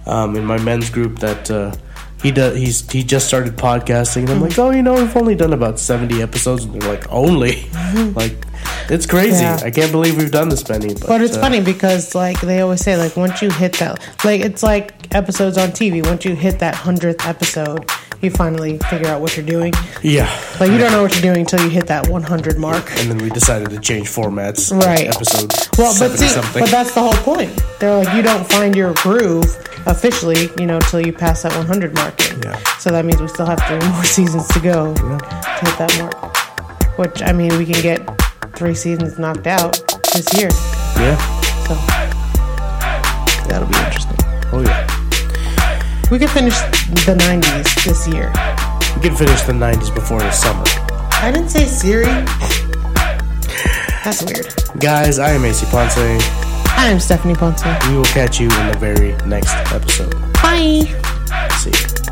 Speaker 2: um, in my men's group that uh, he does. He's he just started podcasting. And I'm like, oh, you know, we've only done about 70 episodes, and they're like, only like it's crazy.
Speaker 3: Yeah.
Speaker 2: I can't believe we've done this many. But,
Speaker 3: But it's
Speaker 2: uh,
Speaker 3: funny because like they always say, like once you hit that, like it's like episodes on TV. Once you hit that hundredth episode, you finally figure out what you're doing.
Speaker 2: Yeah.
Speaker 3: Like you don't know what you're doing until you hit that 100 mark.
Speaker 2: And then we decided to change formats.
Speaker 3: Right.
Speaker 2: Episode
Speaker 3: Well, but
Speaker 2: 70
Speaker 3: see,
Speaker 2: something.
Speaker 3: but that's the whole point. They're like you don't find your groove officially, you know, till you pass that 100 mark.
Speaker 2: Yeah.
Speaker 3: So that means we still have three more seasons to go to hit that mark. Which I mean, we can get three seasons knocked out this year.
Speaker 2: yeah.
Speaker 3: So that'll be interesting.
Speaker 2: Oh, yeah.
Speaker 3: We could finish the 90s this year.
Speaker 2: We can finish the 90s before the summer.
Speaker 3: I didn't say Siri. That's weird.
Speaker 2: Guys, I am AC Ponce. We
Speaker 3: I am Stephanie Ponce.
Speaker 2: will catch you in the very next episode.
Speaker 3: Bye.
Speaker 2: See you.